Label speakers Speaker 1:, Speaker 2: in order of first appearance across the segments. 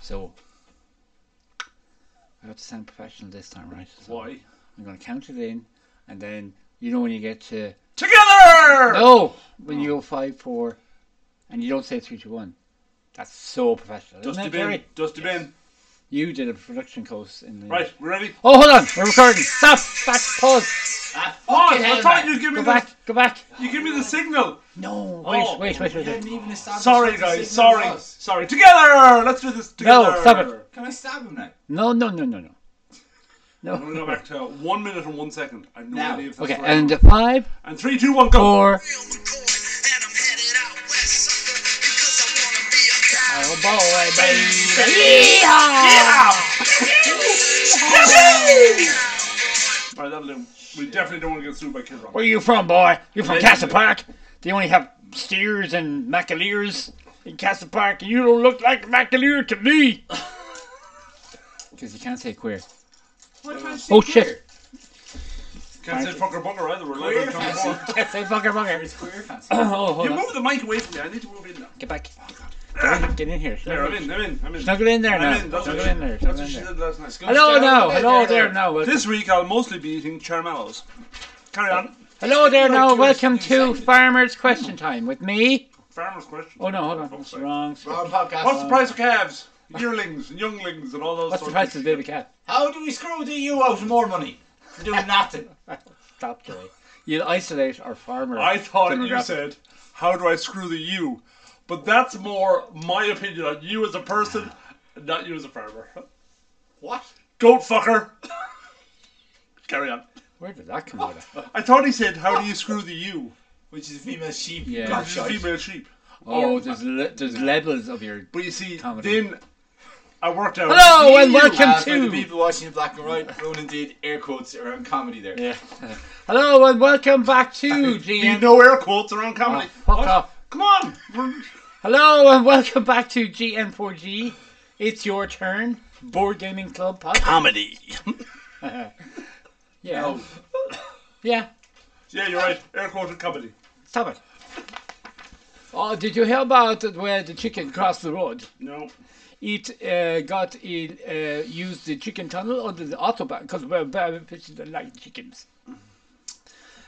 Speaker 1: So I have to sound professional this time, right? So
Speaker 2: Why?
Speaker 1: I'm going to count it in, and then you know when you get to
Speaker 2: Together!
Speaker 1: no, when you go five, four, and you don't say three, two, one. That's so professional.
Speaker 2: Dusty
Speaker 1: isn't it,
Speaker 2: bin.
Speaker 1: Jerry?
Speaker 2: Dusty bin.
Speaker 1: You did a production course in the
Speaker 2: Right, we're ready.
Speaker 1: Oh, hold on, we're recording. Stop, back, pause.
Speaker 2: Ah, pause.
Speaker 1: hell,
Speaker 2: I thought
Speaker 1: man.
Speaker 2: you give me
Speaker 1: Go
Speaker 2: the
Speaker 1: back, go back.
Speaker 2: you give me the signal.
Speaker 1: No, wait,
Speaker 2: Oh.
Speaker 1: wait, wait, wait. wait.
Speaker 3: even established
Speaker 2: Sorry
Speaker 3: what the
Speaker 2: guys,
Speaker 3: signal
Speaker 2: sorry.
Speaker 3: was.
Speaker 2: Sorry. Together! Let's do this together.
Speaker 1: No, stop it.
Speaker 3: Can I stab him now?
Speaker 1: No, no, no, no, no.
Speaker 2: I'm gonna go back to one minute and one second. I have no
Speaker 3: Now.
Speaker 2: idea if that's
Speaker 1: Okay,
Speaker 2: right.
Speaker 1: and the five,
Speaker 2: and three, two, one, go.
Speaker 1: four.
Speaker 4: Because
Speaker 1: Oh boy,
Speaker 2: baby.
Speaker 1: Yeehaw!
Speaker 2: Alright, that'll do. We definitely don't want to get sued by Kid Rock.
Speaker 1: Where you from, boy? You from
Speaker 2: Right.
Speaker 1: Castle Park? Do you only have steers and McAleers in Castle Park? And you don't look like a McAleer to me. Because you can't say queer.
Speaker 3: What if I
Speaker 1: Oh
Speaker 3: say
Speaker 1: shit!
Speaker 3: queer?
Speaker 2: Can't say fucker bunker either. We're
Speaker 3: Queer
Speaker 2: live on
Speaker 3: fancy.
Speaker 2: more.
Speaker 1: Can't say fucker fucker.
Speaker 3: It's queer fancy.
Speaker 1: Oh, hold
Speaker 2: You
Speaker 1: on.
Speaker 2: move the mic away from me. I need to move in now.
Speaker 1: Get back. Get in, get in here.
Speaker 2: There, I'm
Speaker 1: Snuggle
Speaker 2: in, I'm in, I'm in.
Speaker 1: Snuggle in there
Speaker 2: I'm
Speaker 1: now.
Speaker 2: in. That's what
Speaker 1: Snuggle
Speaker 2: she-
Speaker 1: in there.
Speaker 2: That's what
Speaker 1: Snuggle in
Speaker 2: she
Speaker 1: there.
Speaker 2: did last night.
Speaker 1: Hello now.
Speaker 3: There,
Speaker 1: Hello
Speaker 3: there,
Speaker 1: there
Speaker 3: there.
Speaker 1: now. Welcome.
Speaker 2: This week I'll mostly be eating charmallows. Carry on.
Speaker 1: Hello there now.
Speaker 3: Like
Speaker 1: Welcome
Speaker 3: tourist
Speaker 1: to
Speaker 3: inside.
Speaker 1: Farmer's Question Time with me.
Speaker 2: Farmer's question.
Speaker 1: Oh no, hold on.
Speaker 2: Fuck's
Speaker 1: That's
Speaker 2: sake.
Speaker 1: wrong. Uh,
Speaker 3: Wrong podcast.
Speaker 2: What's the price of calves? Yearlings and younglings and all those
Speaker 1: What's the
Speaker 2: sorts
Speaker 1: price of
Speaker 2: of
Speaker 1: the baby cat?
Speaker 3: How do we screw the EU out of more money? For doing nothing.
Speaker 1: Stop, Joey. You isolate our farmer.
Speaker 2: I thought you
Speaker 1: demographic.
Speaker 2: said, how do I screw the you? But that's more my opinion on you as a person, not you as a farmer.
Speaker 3: What?
Speaker 2: Goat fucker. Carry on.
Speaker 1: Where did that come out of?
Speaker 2: I thought he said, how do you screw the you?
Speaker 3: Which is a female sheep.
Speaker 1: Yeah.
Speaker 3: God,
Speaker 2: Which is
Speaker 3: shite.
Speaker 2: female sheep.
Speaker 1: Oh, there's le- there's levels of your.
Speaker 2: But you see,
Speaker 1: Comedy.
Speaker 2: then I worked out.
Speaker 1: Hello Oh, and
Speaker 2: You-
Speaker 1: welcome
Speaker 3: Uh, for the
Speaker 1: to.
Speaker 3: people watching in black and white, Ronan did air quotes around comedy there.
Speaker 1: Yeah. Hello and welcome back to
Speaker 2: You
Speaker 1: GM.
Speaker 2: know air quotes around comedy.
Speaker 1: Oh, fuck
Speaker 2: What?
Speaker 1: off.
Speaker 2: Come on. We're-
Speaker 1: Hello and welcome back to GM4G. It's your turn. Board Gaming Club podcast.
Speaker 2: comedy.
Speaker 1: Yeah.
Speaker 3: Oh,
Speaker 1: Yeah.
Speaker 2: Yeah, you're right. Air quoted comedy.
Speaker 1: Stop it. Oh, did you hear about it where the chicken crossed the road?
Speaker 2: No.
Speaker 1: It uh, got it uh, used the chicken tunnel under the autobahn because we're very efficient and like chickens.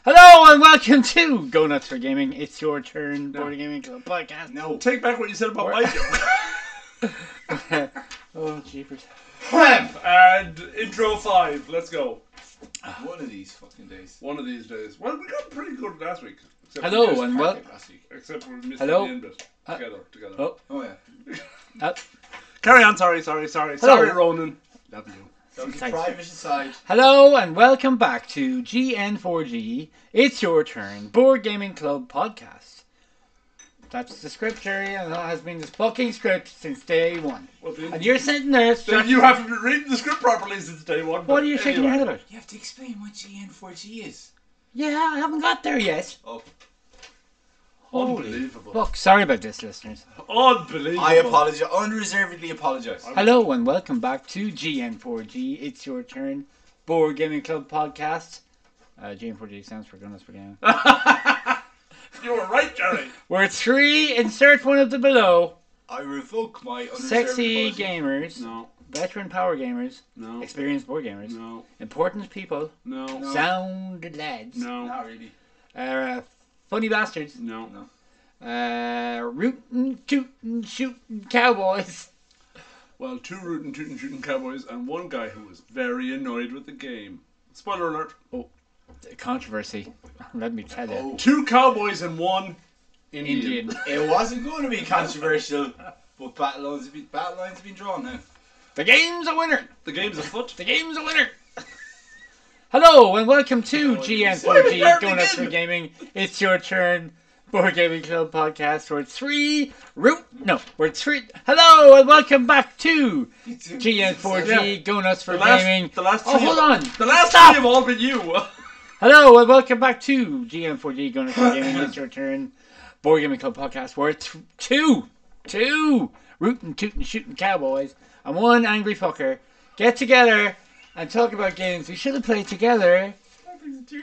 Speaker 1: Hello and welcome to Go Nuts for Gaming. It's your turn, Board Gaming Club podcast.
Speaker 3: no.
Speaker 2: Take back what you said about my joke.
Speaker 1: Oh, jeepers.
Speaker 2: And intro five. Let's go.
Speaker 3: One of these fucking days.
Speaker 2: One of these days. Well, we got pretty good last week. Except
Speaker 1: Hello,
Speaker 2: we missed-
Speaker 1: and wel-
Speaker 3: Last week.
Speaker 2: Except we missed
Speaker 1: Hello?
Speaker 2: the end bit. Together, together.
Speaker 1: oh.
Speaker 3: Oh yeah.
Speaker 1: uh,
Speaker 2: Carry on. Sorry, sorry, sorry.
Speaker 1: Hello.
Speaker 2: Sorry, Ronan. Love you.
Speaker 3: So it's
Speaker 1: Thanks.
Speaker 3: private aside.
Speaker 1: hello and welcome back to GN4G. It's your turn, Board Gaming Club podcast. That's the script, Jerry, and that has been this fucking script since day one.
Speaker 2: Well, then-
Speaker 1: And you're sitting there,
Speaker 2: Then you haven't been reading the script properly since day one.
Speaker 1: what are you shaking your head about?
Speaker 3: You have to explain what GN4G is.
Speaker 1: Yeah, I haven't got there yet.
Speaker 3: Oh.
Speaker 2: Unbelievable.
Speaker 1: Look, sorry about this, listeners.
Speaker 2: Unbelievable.
Speaker 3: I apologize. Unreservedly apologize.
Speaker 1: Hello and welcome back to GN4G. It's your turn, Board Gaming Club podcast. Uh, GN4G stands for Gunners for Gaming.
Speaker 2: You were right, Jerry.
Speaker 1: We're three. Insert one of the below.
Speaker 3: I revoke my unreserved
Speaker 1: Sexy
Speaker 3: apology.
Speaker 1: gamers,
Speaker 2: No,
Speaker 1: veteran power gamers,
Speaker 2: no,
Speaker 1: experienced board gamers,
Speaker 2: no,
Speaker 1: important people,
Speaker 2: no,
Speaker 1: sound lads,
Speaker 2: no,
Speaker 3: Not really.
Speaker 1: uh, funny bastards,
Speaker 2: no.
Speaker 1: uh, rootin', tootin', shootin' cowboys.
Speaker 2: Well, two rootin' tootin' shooting cowboys and one guy who was very annoyed with the game. Spoiler alert.
Speaker 1: Controversy. Let me tell you.
Speaker 3: Oh.
Speaker 2: Two cowboys and one Indian.
Speaker 1: Indian.
Speaker 3: It wasn't going to be controversial, but battle lines have been, battle lines have been drawn now.
Speaker 1: The game's a winner.
Speaker 2: The game's afoot.
Speaker 1: The game's a winner. Hello and welcome to
Speaker 3: Why are we
Speaker 1: GN4G
Speaker 3: starting
Speaker 1: Going Up for
Speaker 3: again?
Speaker 1: Gaming. It's your turn. Board Gaming Club podcast. We're three. Root. No, we're three. Hello and welcome back to GN4G Going Up for
Speaker 2: The last,
Speaker 1: Gaming.
Speaker 2: the last
Speaker 1: Oh,
Speaker 2: three
Speaker 1: hold
Speaker 2: have-
Speaker 1: on.
Speaker 2: The last
Speaker 1: Stop.
Speaker 2: three have all been you.
Speaker 1: Hello and welcome back to GM4G Going Up for Gaming. It's your turn. Board Gaming Club podcast. We're th- two, two rootin' tootin' shootin' cowboys and one angry fucker get together and talk about games we should have played together.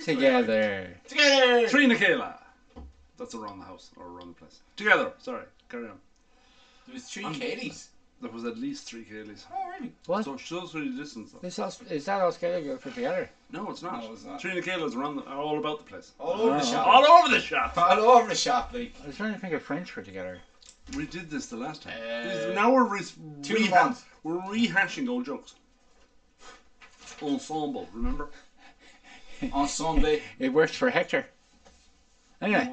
Speaker 1: Together.
Speaker 3: Together.
Speaker 2: Three Nikela. That's around the house or around the place. Together. Sorry. Carry on.
Speaker 3: There was three Katie's.
Speaker 2: There was at least three Kayleys.
Speaker 3: Oh, really?
Speaker 1: What?
Speaker 2: So shows really distance though.
Speaker 1: Is that, is that Australia go for together?
Speaker 2: No, it's not.
Speaker 3: No, it's not.
Speaker 2: Trina Kayleys are, on the, are all about the place.
Speaker 3: All over the
Speaker 1: Oh.
Speaker 3: shop.
Speaker 2: All over the shop.
Speaker 3: All over the shop, like.
Speaker 1: I was trying to think of French for together.
Speaker 2: We did this the last time.
Speaker 3: Uh,
Speaker 2: This- now we're re-
Speaker 3: two
Speaker 2: reha-
Speaker 3: months.
Speaker 2: We're rehashing old jokes. Ensemble, remember?
Speaker 3: on Sunday.
Speaker 1: It worked for Hector. Anyway,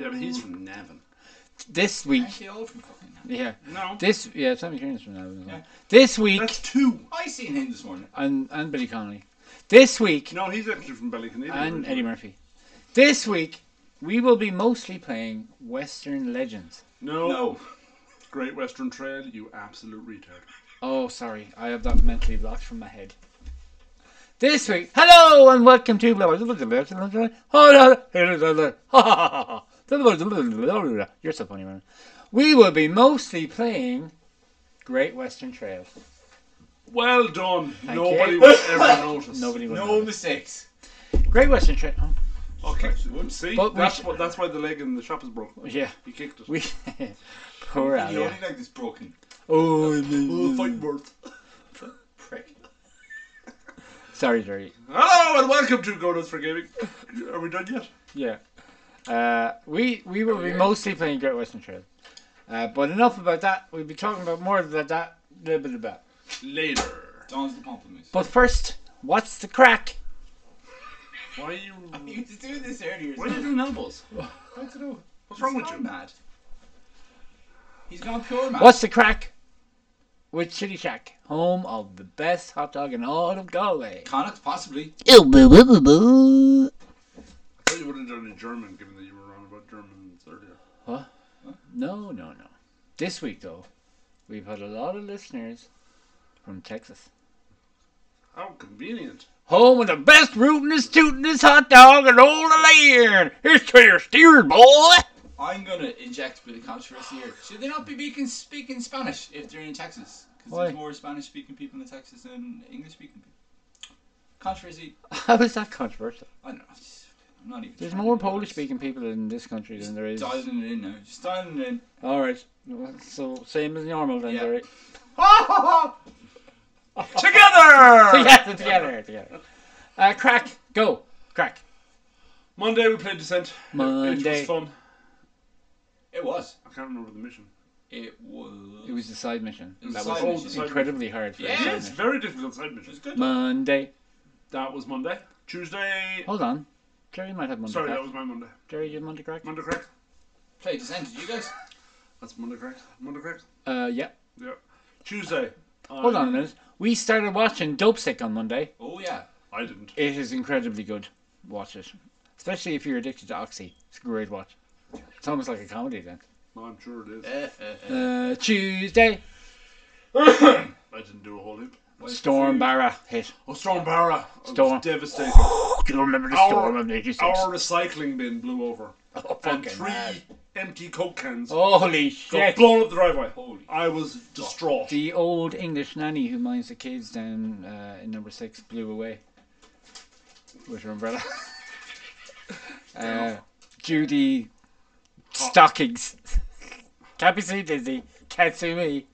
Speaker 2: Yeah, but he's from Navan.
Speaker 1: this week,
Speaker 3: Actually, all from fucking.
Speaker 1: yeah,
Speaker 2: No,
Speaker 1: this yeah, Sammy Kearns from Navan.
Speaker 3: Yeah.
Speaker 1: This week,
Speaker 2: that's two.
Speaker 3: I seen him this morning.
Speaker 1: and and Billy Connolly. This week,
Speaker 2: No, he's actually from Ballyconneely.
Speaker 1: and
Speaker 2: originally.
Speaker 1: Eddie Murphy. This week, we will be mostly playing Western Legends.
Speaker 2: No.
Speaker 3: No.
Speaker 2: Great Western Trail, you absolute retard.
Speaker 1: Oh, sorry, I have that mentally blocked from my head. This week, hello and welcome to blah, blah, blah, blah, blah, blah, blah, blah, blah, blah, blah, blah, blah, blah, blah, blah, blah. You're so funny, man. We will be mostly playing Great Western Trail.
Speaker 2: Well done. Nobody
Speaker 1: you.
Speaker 2: will ever notice.
Speaker 1: Nobody will
Speaker 3: No
Speaker 1: know.
Speaker 3: mistakes.
Speaker 1: Great Western Trail. Oh,
Speaker 2: Okay. See,
Speaker 1: But we
Speaker 2: that's,
Speaker 1: sh-
Speaker 2: what, that's why the leg in the shop is broken.
Speaker 1: yeah,
Speaker 2: He kicked it.
Speaker 1: we poor
Speaker 3: The
Speaker 1: Alia.
Speaker 3: only leg that's broken.
Speaker 1: Oh,
Speaker 2: We'll
Speaker 1: no.
Speaker 2: fight worth.
Speaker 3: Prick.
Speaker 1: sorry, Jerry.
Speaker 2: Hello and welcome to Godots for Gaming. Are we done yet?
Speaker 1: Yeah. Uh, we we will be mostly playing Great Western Trail. Uh, but enough about that. We'll be talking about more about that a little bit about.
Speaker 2: Later.
Speaker 3: Don's the compliment.
Speaker 1: But first, what's the crack?
Speaker 2: Why are you?
Speaker 3: You used to do this earlier.
Speaker 2: Why are you doing elbows?
Speaker 3: I don't know.
Speaker 2: What's wrong with
Speaker 3: He's
Speaker 2: you?
Speaker 3: gone mad. He's gone pure mad.
Speaker 1: What's the crack with Chitty Shack, home of the best hot dog in all of Galway?
Speaker 3: Connacht, possibly.
Speaker 1: Ew, boo, boo, boo, boo.
Speaker 2: I thought you would have done it in German, given that you were wrong about Germans earlier.
Speaker 1: No, no, no. This week, though, we've had a lot of listeners from Texas.
Speaker 2: How convenient.
Speaker 1: Home of the best rootin'est, tootin'est hot dog in all the land. It's to your steers, boy.
Speaker 3: I'm gonna inject a bit of controversy here. Should they not be speaking, speaking Spanish if they're in Texas? Because
Speaker 1: Why?
Speaker 3: there's more Spanish-speaking people in Texas than English-speaking people. Controversy.
Speaker 1: How is that controversial?
Speaker 3: I don't know. I'm not even.
Speaker 1: There's
Speaker 3: trying
Speaker 1: more
Speaker 3: to do
Speaker 1: Polish
Speaker 3: this.
Speaker 1: speaking people in this country than there is.
Speaker 3: Dialing it in now. Just dialing it in.
Speaker 1: Alright, so same as normal then,
Speaker 3: Yeah.
Speaker 1: Derek.
Speaker 2: Together.
Speaker 1: Together, together, together. Uh, crack, go, crack.
Speaker 2: Monday we played Descent. It
Speaker 1: Monday.
Speaker 2: was fun.
Speaker 3: It was.
Speaker 2: I can't remember the mission.
Speaker 3: It was.
Speaker 1: It was a side mission.
Speaker 3: It was
Speaker 1: that
Speaker 3: a
Speaker 1: was
Speaker 3: side mission.
Speaker 2: Side
Speaker 1: incredibly hard for a
Speaker 3: Yeah,
Speaker 1: side
Speaker 2: Yes,
Speaker 1: mission.
Speaker 2: very difficult side
Speaker 3: It
Speaker 2: mission.
Speaker 3: was good.
Speaker 1: Monday.
Speaker 2: That was Monday. Tuesday.
Speaker 1: Hold on. Jerry might have Monday
Speaker 2: Sorry,
Speaker 1: crack.
Speaker 2: that was my Monday.
Speaker 1: Jerry, you have Monday crack?
Speaker 2: Monday crack.
Speaker 3: Play Descent, did you guys?
Speaker 2: That's Monday crack. Monday crack.
Speaker 1: Uh, yeah.
Speaker 2: Yeah. Tuesday.
Speaker 1: Hold
Speaker 2: I-
Speaker 1: on a minute. We started watching Dope Sick on Monday.
Speaker 3: Oh yeah.
Speaker 2: I didn't.
Speaker 1: It is incredibly good. Watch it. Especially if you're addicted to Oxy. It's a great watch. It's almost like a comedy then.
Speaker 2: No, I'm sure it is.
Speaker 3: Eh, eh, eh.
Speaker 1: Uh, Tuesday.
Speaker 2: I didn't do a whole heap.
Speaker 1: Storm Barra hit.
Speaker 2: Oh, Storm Barra. I was
Speaker 1: Storm.
Speaker 2: Devastated.
Speaker 1: Oh, do you remember the
Speaker 2: Our-
Speaker 1: storm of 86?
Speaker 2: Our recycling bin blew over.
Speaker 1: Oh,
Speaker 2: And
Speaker 1: fucking
Speaker 2: three
Speaker 1: hell. Oh.
Speaker 2: empty Coke cans
Speaker 1: Holy
Speaker 2: got
Speaker 1: shit.
Speaker 2: blown up the driveway.
Speaker 3: Holy.
Speaker 2: I was distraught.
Speaker 1: The old English nanny who minds the kids down uh, in number six blew away with her umbrella. uh, Judy Stockings. Kapisu Dizzy. Katsumi.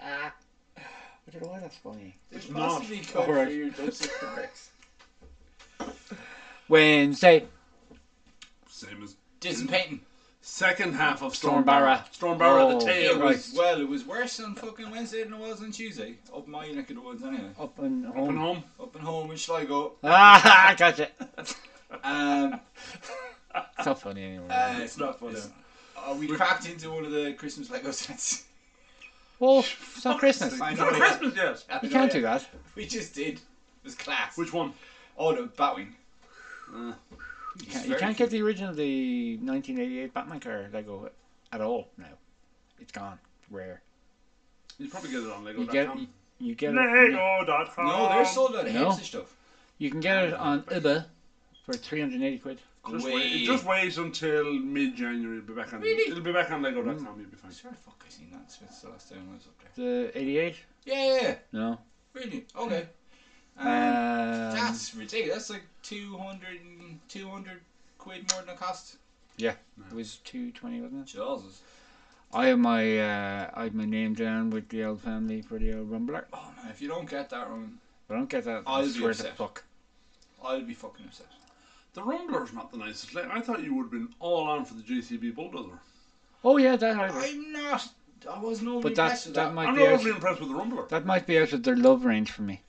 Speaker 1: Ah. I don't know why that's funny.
Speaker 3: It's
Speaker 2: not.
Speaker 3: possibly good for
Speaker 1: Alright.
Speaker 3: your dope sick bricks.
Speaker 1: Wednesday.
Speaker 2: Same as
Speaker 3: Did some painting.
Speaker 2: second half of
Speaker 1: Storm
Speaker 2: Storm
Speaker 1: Barra.
Speaker 2: Barra. Storm Barra,
Speaker 1: Oh.
Speaker 2: the
Speaker 3: It
Speaker 2: tail.
Speaker 1: Right.
Speaker 3: was well. It was worse on fucking Wednesday than it was on Tuesday. Up my neck of the woods, anyway.
Speaker 1: Up and
Speaker 2: Up and
Speaker 1: home.
Speaker 2: home.
Speaker 3: Up and home in Sligo.
Speaker 1: Ah, gotcha.
Speaker 3: Um,
Speaker 1: It's not funny anymore.
Speaker 3: uh,
Speaker 2: It's not funny.
Speaker 3: it's- Uh, we cracked into one of the Christmas Lego sets.
Speaker 1: oh, it's not Christmas.
Speaker 3: I
Speaker 2: It's
Speaker 3: know,
Speaker 2: not
Speaker 3: yeah.
Speaker 2: Christmas yet.
Speaker 1: You can't do that.
Speaker 3: We just did. It was class.
Speaker 2: Which one?
Speaker 3: Oh, the Batwing.
Speaker 2: Uh,
Speaker 3: It's
Speaker 1: Can't- you
Speaker 3: very
Speaker 1: can't
Speaker 3: cool.
Speaker 1: get the original, the 1988 Batman car Lego at all now. It's gone. Rare.
Speaker 2: you probably get it on
Speaker 1: You get
Speaker 2: Lego.com.
Speaker 1: you get it.
Speaker 2: Lego.com.
Speaker 3: No, they're sold out of
Speaker 1: No.
Speaker 3: heaps of stuff.
Speaker 1: You can get it on Uber for 380 quid.
Speaker 2: Just
Speaker 3: Way-
Speaker 2: wait. Just wait until mid-January. It'll be back on.
Speaker 3: Really?
Speaker 2: It'll be back on Lego.com. You'll be
Speaker 3: I
Speaker 2: fine.
Speaker 3: swear to fuck, I seen that since the last time I was up there.
Speaker 1: The 88?
Speaker 3: Yeah, yeah, yeah.
Speaker 1: No.
Speaker 3: Really? Okay. Um,
Speaker 1: Um,
Speaker 3: that's ridiculous. That's like 200, and- 200 quid more than it cost.
Speaker 1: Um, it was 220, wasn't it?
Speaker 3: Jesus.
Speaker 1: I have my uh, I have my name down with the old family for the old rumbler.
Speaker 3: Oh man, if you don't get that wrong,
Speaker 1: If I don't get that,
Speaker 3: I'll
Speaker 1: I
Speaker 3: be
Speaker 1: swear to
Speaker 3: upset.
Speaker 1: fuck.
Speaker 3: I'll be fucking upset.
Speaker 2: The Rumbler's not the nicest thing. I thought you would have been all on for the JCB Bulldozer.
Speaker 1: Oh yeah, that I would.
Speaker 3: I'm not. I wasn't overly
Speaker 1: But that's
Speaker 3: impressed with
Speaker 1: that,
Speaker 3: that.
Speaker 1: might
Speaker 2: I'm
Speaker 1: be
Speaker 2: not
Speaker 1: out,
Speaker 2: overly impressed with the Rumbler.
Speaker 1: that might be out of their love range for me.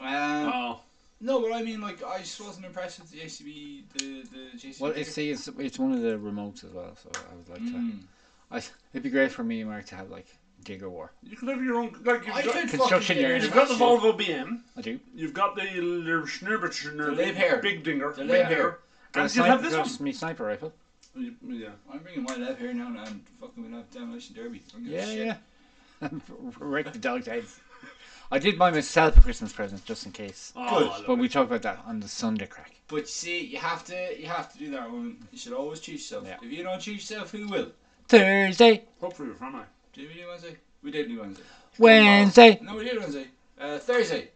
Speaker 3: Um,
Speaker 2: Oh,
Speaker 3: no, but I mean, like, I just wasn't impressed with the ACB, the the JCB.
Speaker 1: Well, it's
Speaker 3: here.
Speaker 1: see, it's it's one of the remotes as well, so I would like to.
Speaker 2: Hmm.
Speaker 3: Mm.
Speaker 1: I, it'd be great for me, Mark, to have like Digger War.
Speaker 2: you could have your own. Like you've
Speaker 3: I
Speaker 2: got,
Speaker 3: could
Speaker 1: Construction
Speaker 3: fucking
Speaker 1: yard.
Speaker 2: you've got the
Speaker 3: Volvo.
Speaker 2: Volvo BM.
Speaker 1: I do.
Speaker 2: You've got the Schnurbitschner.
Speaker 3: The Live Hair.
Speaker 2: Big Dinger.
Speaker 3: The
Speaker 2: Big
Speaker 3: Live Hair.
Speaker 2: Hair.
Speaker 1: Got a
Speaker 2: And you
Speaker 1: sniper,
Speaker 2: have this
Speaker 1: got
Speaker 2: one. Oh,
Speaker 1: me sniper rifle.
Speaker 2: You- Yeah.
Speaker 3: I'm bringing my lab here now, and I'm fucking with that demolition derby. I don't give a
Speaker 1: Yeah,
Speaker 3: shit.
Speaker 1: yeah. Wreck the dog's heads. I did buy myself a Christmas present just in case.
Speaker 2: Oh, I love
Speaker 1: But
Speaker 2: it.
Speaker 1: we talk about that on the Sunday crack.
Speaker 3: But you see, you have to, you have to do that one. You should always treat yourself.
Speaker 1: Yeah.
Speaker 3: If you don't treat yourself, who will?
Speaker 1: Thursday,
Speaker 2: Hopefully, you're from I.
Speaker 3: Did we do Wednesday? We did do Wednesday.
Speaker 1: Wednesday,
Speaker 3: No, we did Wednesday. Uh, Thursday.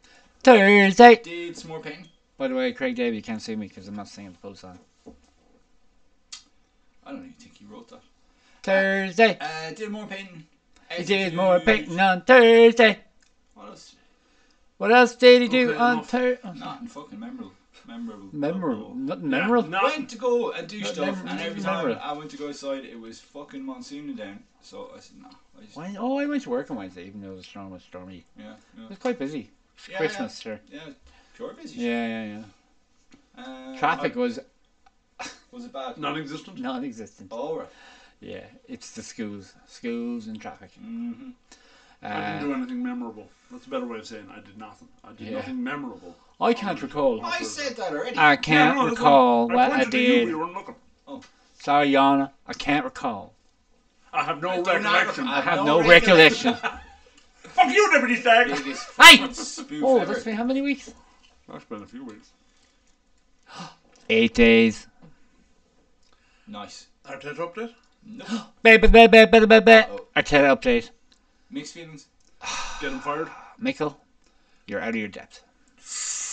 Speaker 1: Thursday.
Speaker 3: Did some more painting.
Speaker 1: By the way, Craig Davey can't see me because I'm not singing the full song.
Speaker 3: I don't even think he wrote that.
Speaker 1: Thursday,
Speaker 3: Uh, did more painting.
Speaker 1: he
Speaker 2: uh,
Speaker 1: did more painting on Thursday.
Speaker 3: What else?
Speaker 1: What else did he do
Speaker 2: Okay,
Speaker 1: on oh,
Speaker 2: enough.
Speaker 1: Thursday?
Speaker 3: Not fucking memorable. Memorable.
Speaker 1: Memorable, not
Speaker 2: Yeah,
Speaker 1: memorable.
Speaker 2: no,
Speaker 3: went to go and do
Speaker 1: Not
Speaker 3: stuff,
Speaker 1: memorable,
Speaker 3: and every
Speaker 1: not
Speaker 3: time
Speaker 1: memorable.
Speaker 3: I went to go outside, it was fucking monsooning down. So I said, nah. I just,
Speaker 1: Why, oh, I went to work on Wednesday, even though it was storm was stormy.
Speaker 3: yeah, yeah.
Speaker 1: It was quite busy. It's
Speaker 3: Yeah,
Speaker 1: Christmas, sure.
Speaker 3: Yeah, pure busy.
Speaker 1: Yeah, yeah, yeah.
Speaker 3: Um,
Speaker 1: Traffic was
Speaker 3: Was it bad?
Speaker 2: non-existent.
Speaker 1: non-existent.
Speaker 3: All right.
Speaker 1: Yeah, it's the schools, schools and traffic.
Speaker 3: Mm-hmm.
Speaker 2: I didn't
Speaker 1: Uh,
Speaker 2: do anything memorable. That's a better way of saying I did nothing. I did
Speaker 1: Yeah.
Speaker 2: nothing memorable.
Speaker 1: I can't recall.
Speaker 3: I said that already.
Speaker 1: I can't
Speaker 2: Yeah, no, that's
Speaker 1: recall
Speaker 2: what-
Speaker 1: what I
Speaker 2: pointed to you,
Speaker 1: did.
Speaker 2: you weren't looking.
Speaker 1: Sorry, Yana. I can't recall.
Speaker 2: I have no
Speaker 3: I do not
Speaker 2: recollection.
Speaker 3: recall-
Speaker 1: I have
Speaker 3: No
Speaker 1: no, recollection.
Speaker 2: Fuck you, Deputy Stag!
Speaker 3: Biggest
Speaker 1: Hey!
Speaker 3: fucking spoof
Speaker 1: oh,
Speaker 3: ever.
Speaker 1: that's been how many weeks?
Speaker 2: That's been a few weeks.
Speaker 1: Eight days.
Speaker 3: Nice.
Speaker 2: Arteta update?
Speaker 3: Nope.
Speaker 1: Ba ba ba ba ba ba ba.
Speaker 3: Uh-oh.
Speaker 1: Arteta update.
Speaker 3: Mixed feelings.
Speaker 2: Get him fired.
Speaker 1: Michael, you're out of your depth.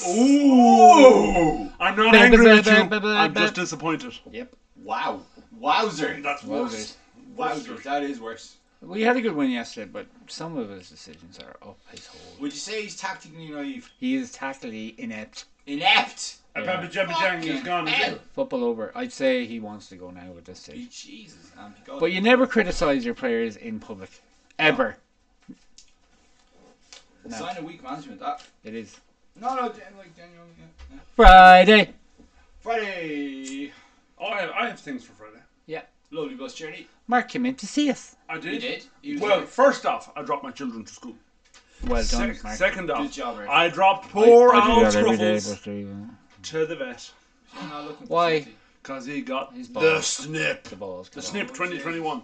Speaker 2: Ooh! I'm not
Speaker 1: Ba-
Speaker 2: angry
Speaker 1: ba-
Speaker 2: with
Speaker 1: ba-
Speaker 2: you.
Speaker 1: ba- ba-
Speaker 2: I'm
Speaker 1: ba-
Speaker 2: just disappointed.
Speaker 1: Yep.
Speaker 3: Wow. Wowzer.
Speaker 2: That's worse.
Speaker 3: Wowzer. That is worse.
Speaker 1: We had a good win yesterday, but some of his decisions are up his hole.
Speaker 3: Would you say he's tactically naive?
Speaker 1: He is tactically inept.
Speaker 3: Inept.
Speaker 2: Yeah.
Speaker 1: Yeah.
Speaker 2: Jang is
Speaker 3: Fucking
Speaker 2: gone. is
Speaker 3: hell.
Speaker 2: it?
Speaker 1: Football over. I'd say he wants to go now at this
Speaker 3: Be-
Speaker 1: stage.
Speaker 3: Jesus. um, God.
Speaker 1: But you never criticise your players in public. Ever. No.
Speaker 3: sign of weak management. That.
Speaker 1: It is.
Speaker 3: No, no, Dan, like Daniel. Yeah, yeah.
Speaker 1: Friday.
Speaker 3: Friday.
Speaker 2: Oh, I have, I have things for Friday.
Speaker 3: Lovely bus journey.
Speaker 1: Mark came in to see us.
Speaker 2: I did.
Speaker 3: You did. He was
Speaker 2: Well,
Speaker 3: like,
Speaker 2: first off, I dropped my children to school.
Speaker 1: Well done,
Speaker 2: Sec-
Speaker 1: Mark.
Speaker 2: second off,
Speaker 3: Good job, Eric.
Speaker 2: I dropped poor
Speaker 1: I do
Speaker 2: old
Speaker 1: that every day,
Speaker 2: Scruffles
Speaker 1: but the,
Speaker 2: to the vet
Speaker 3: "You're not looking for
Speaker 1: Why?
Speaker 3: safety."
Speaker 2: because he got
Speaker 1: His
Speaker 2: the
Speaker 1: balls.
Speaker 2: snip.
Speaker 1: the balls.
Speaker 2: The
Speaker 1: come
Speaker 2: snip
Speaker 3: Oh,
Speaker 2: 2021.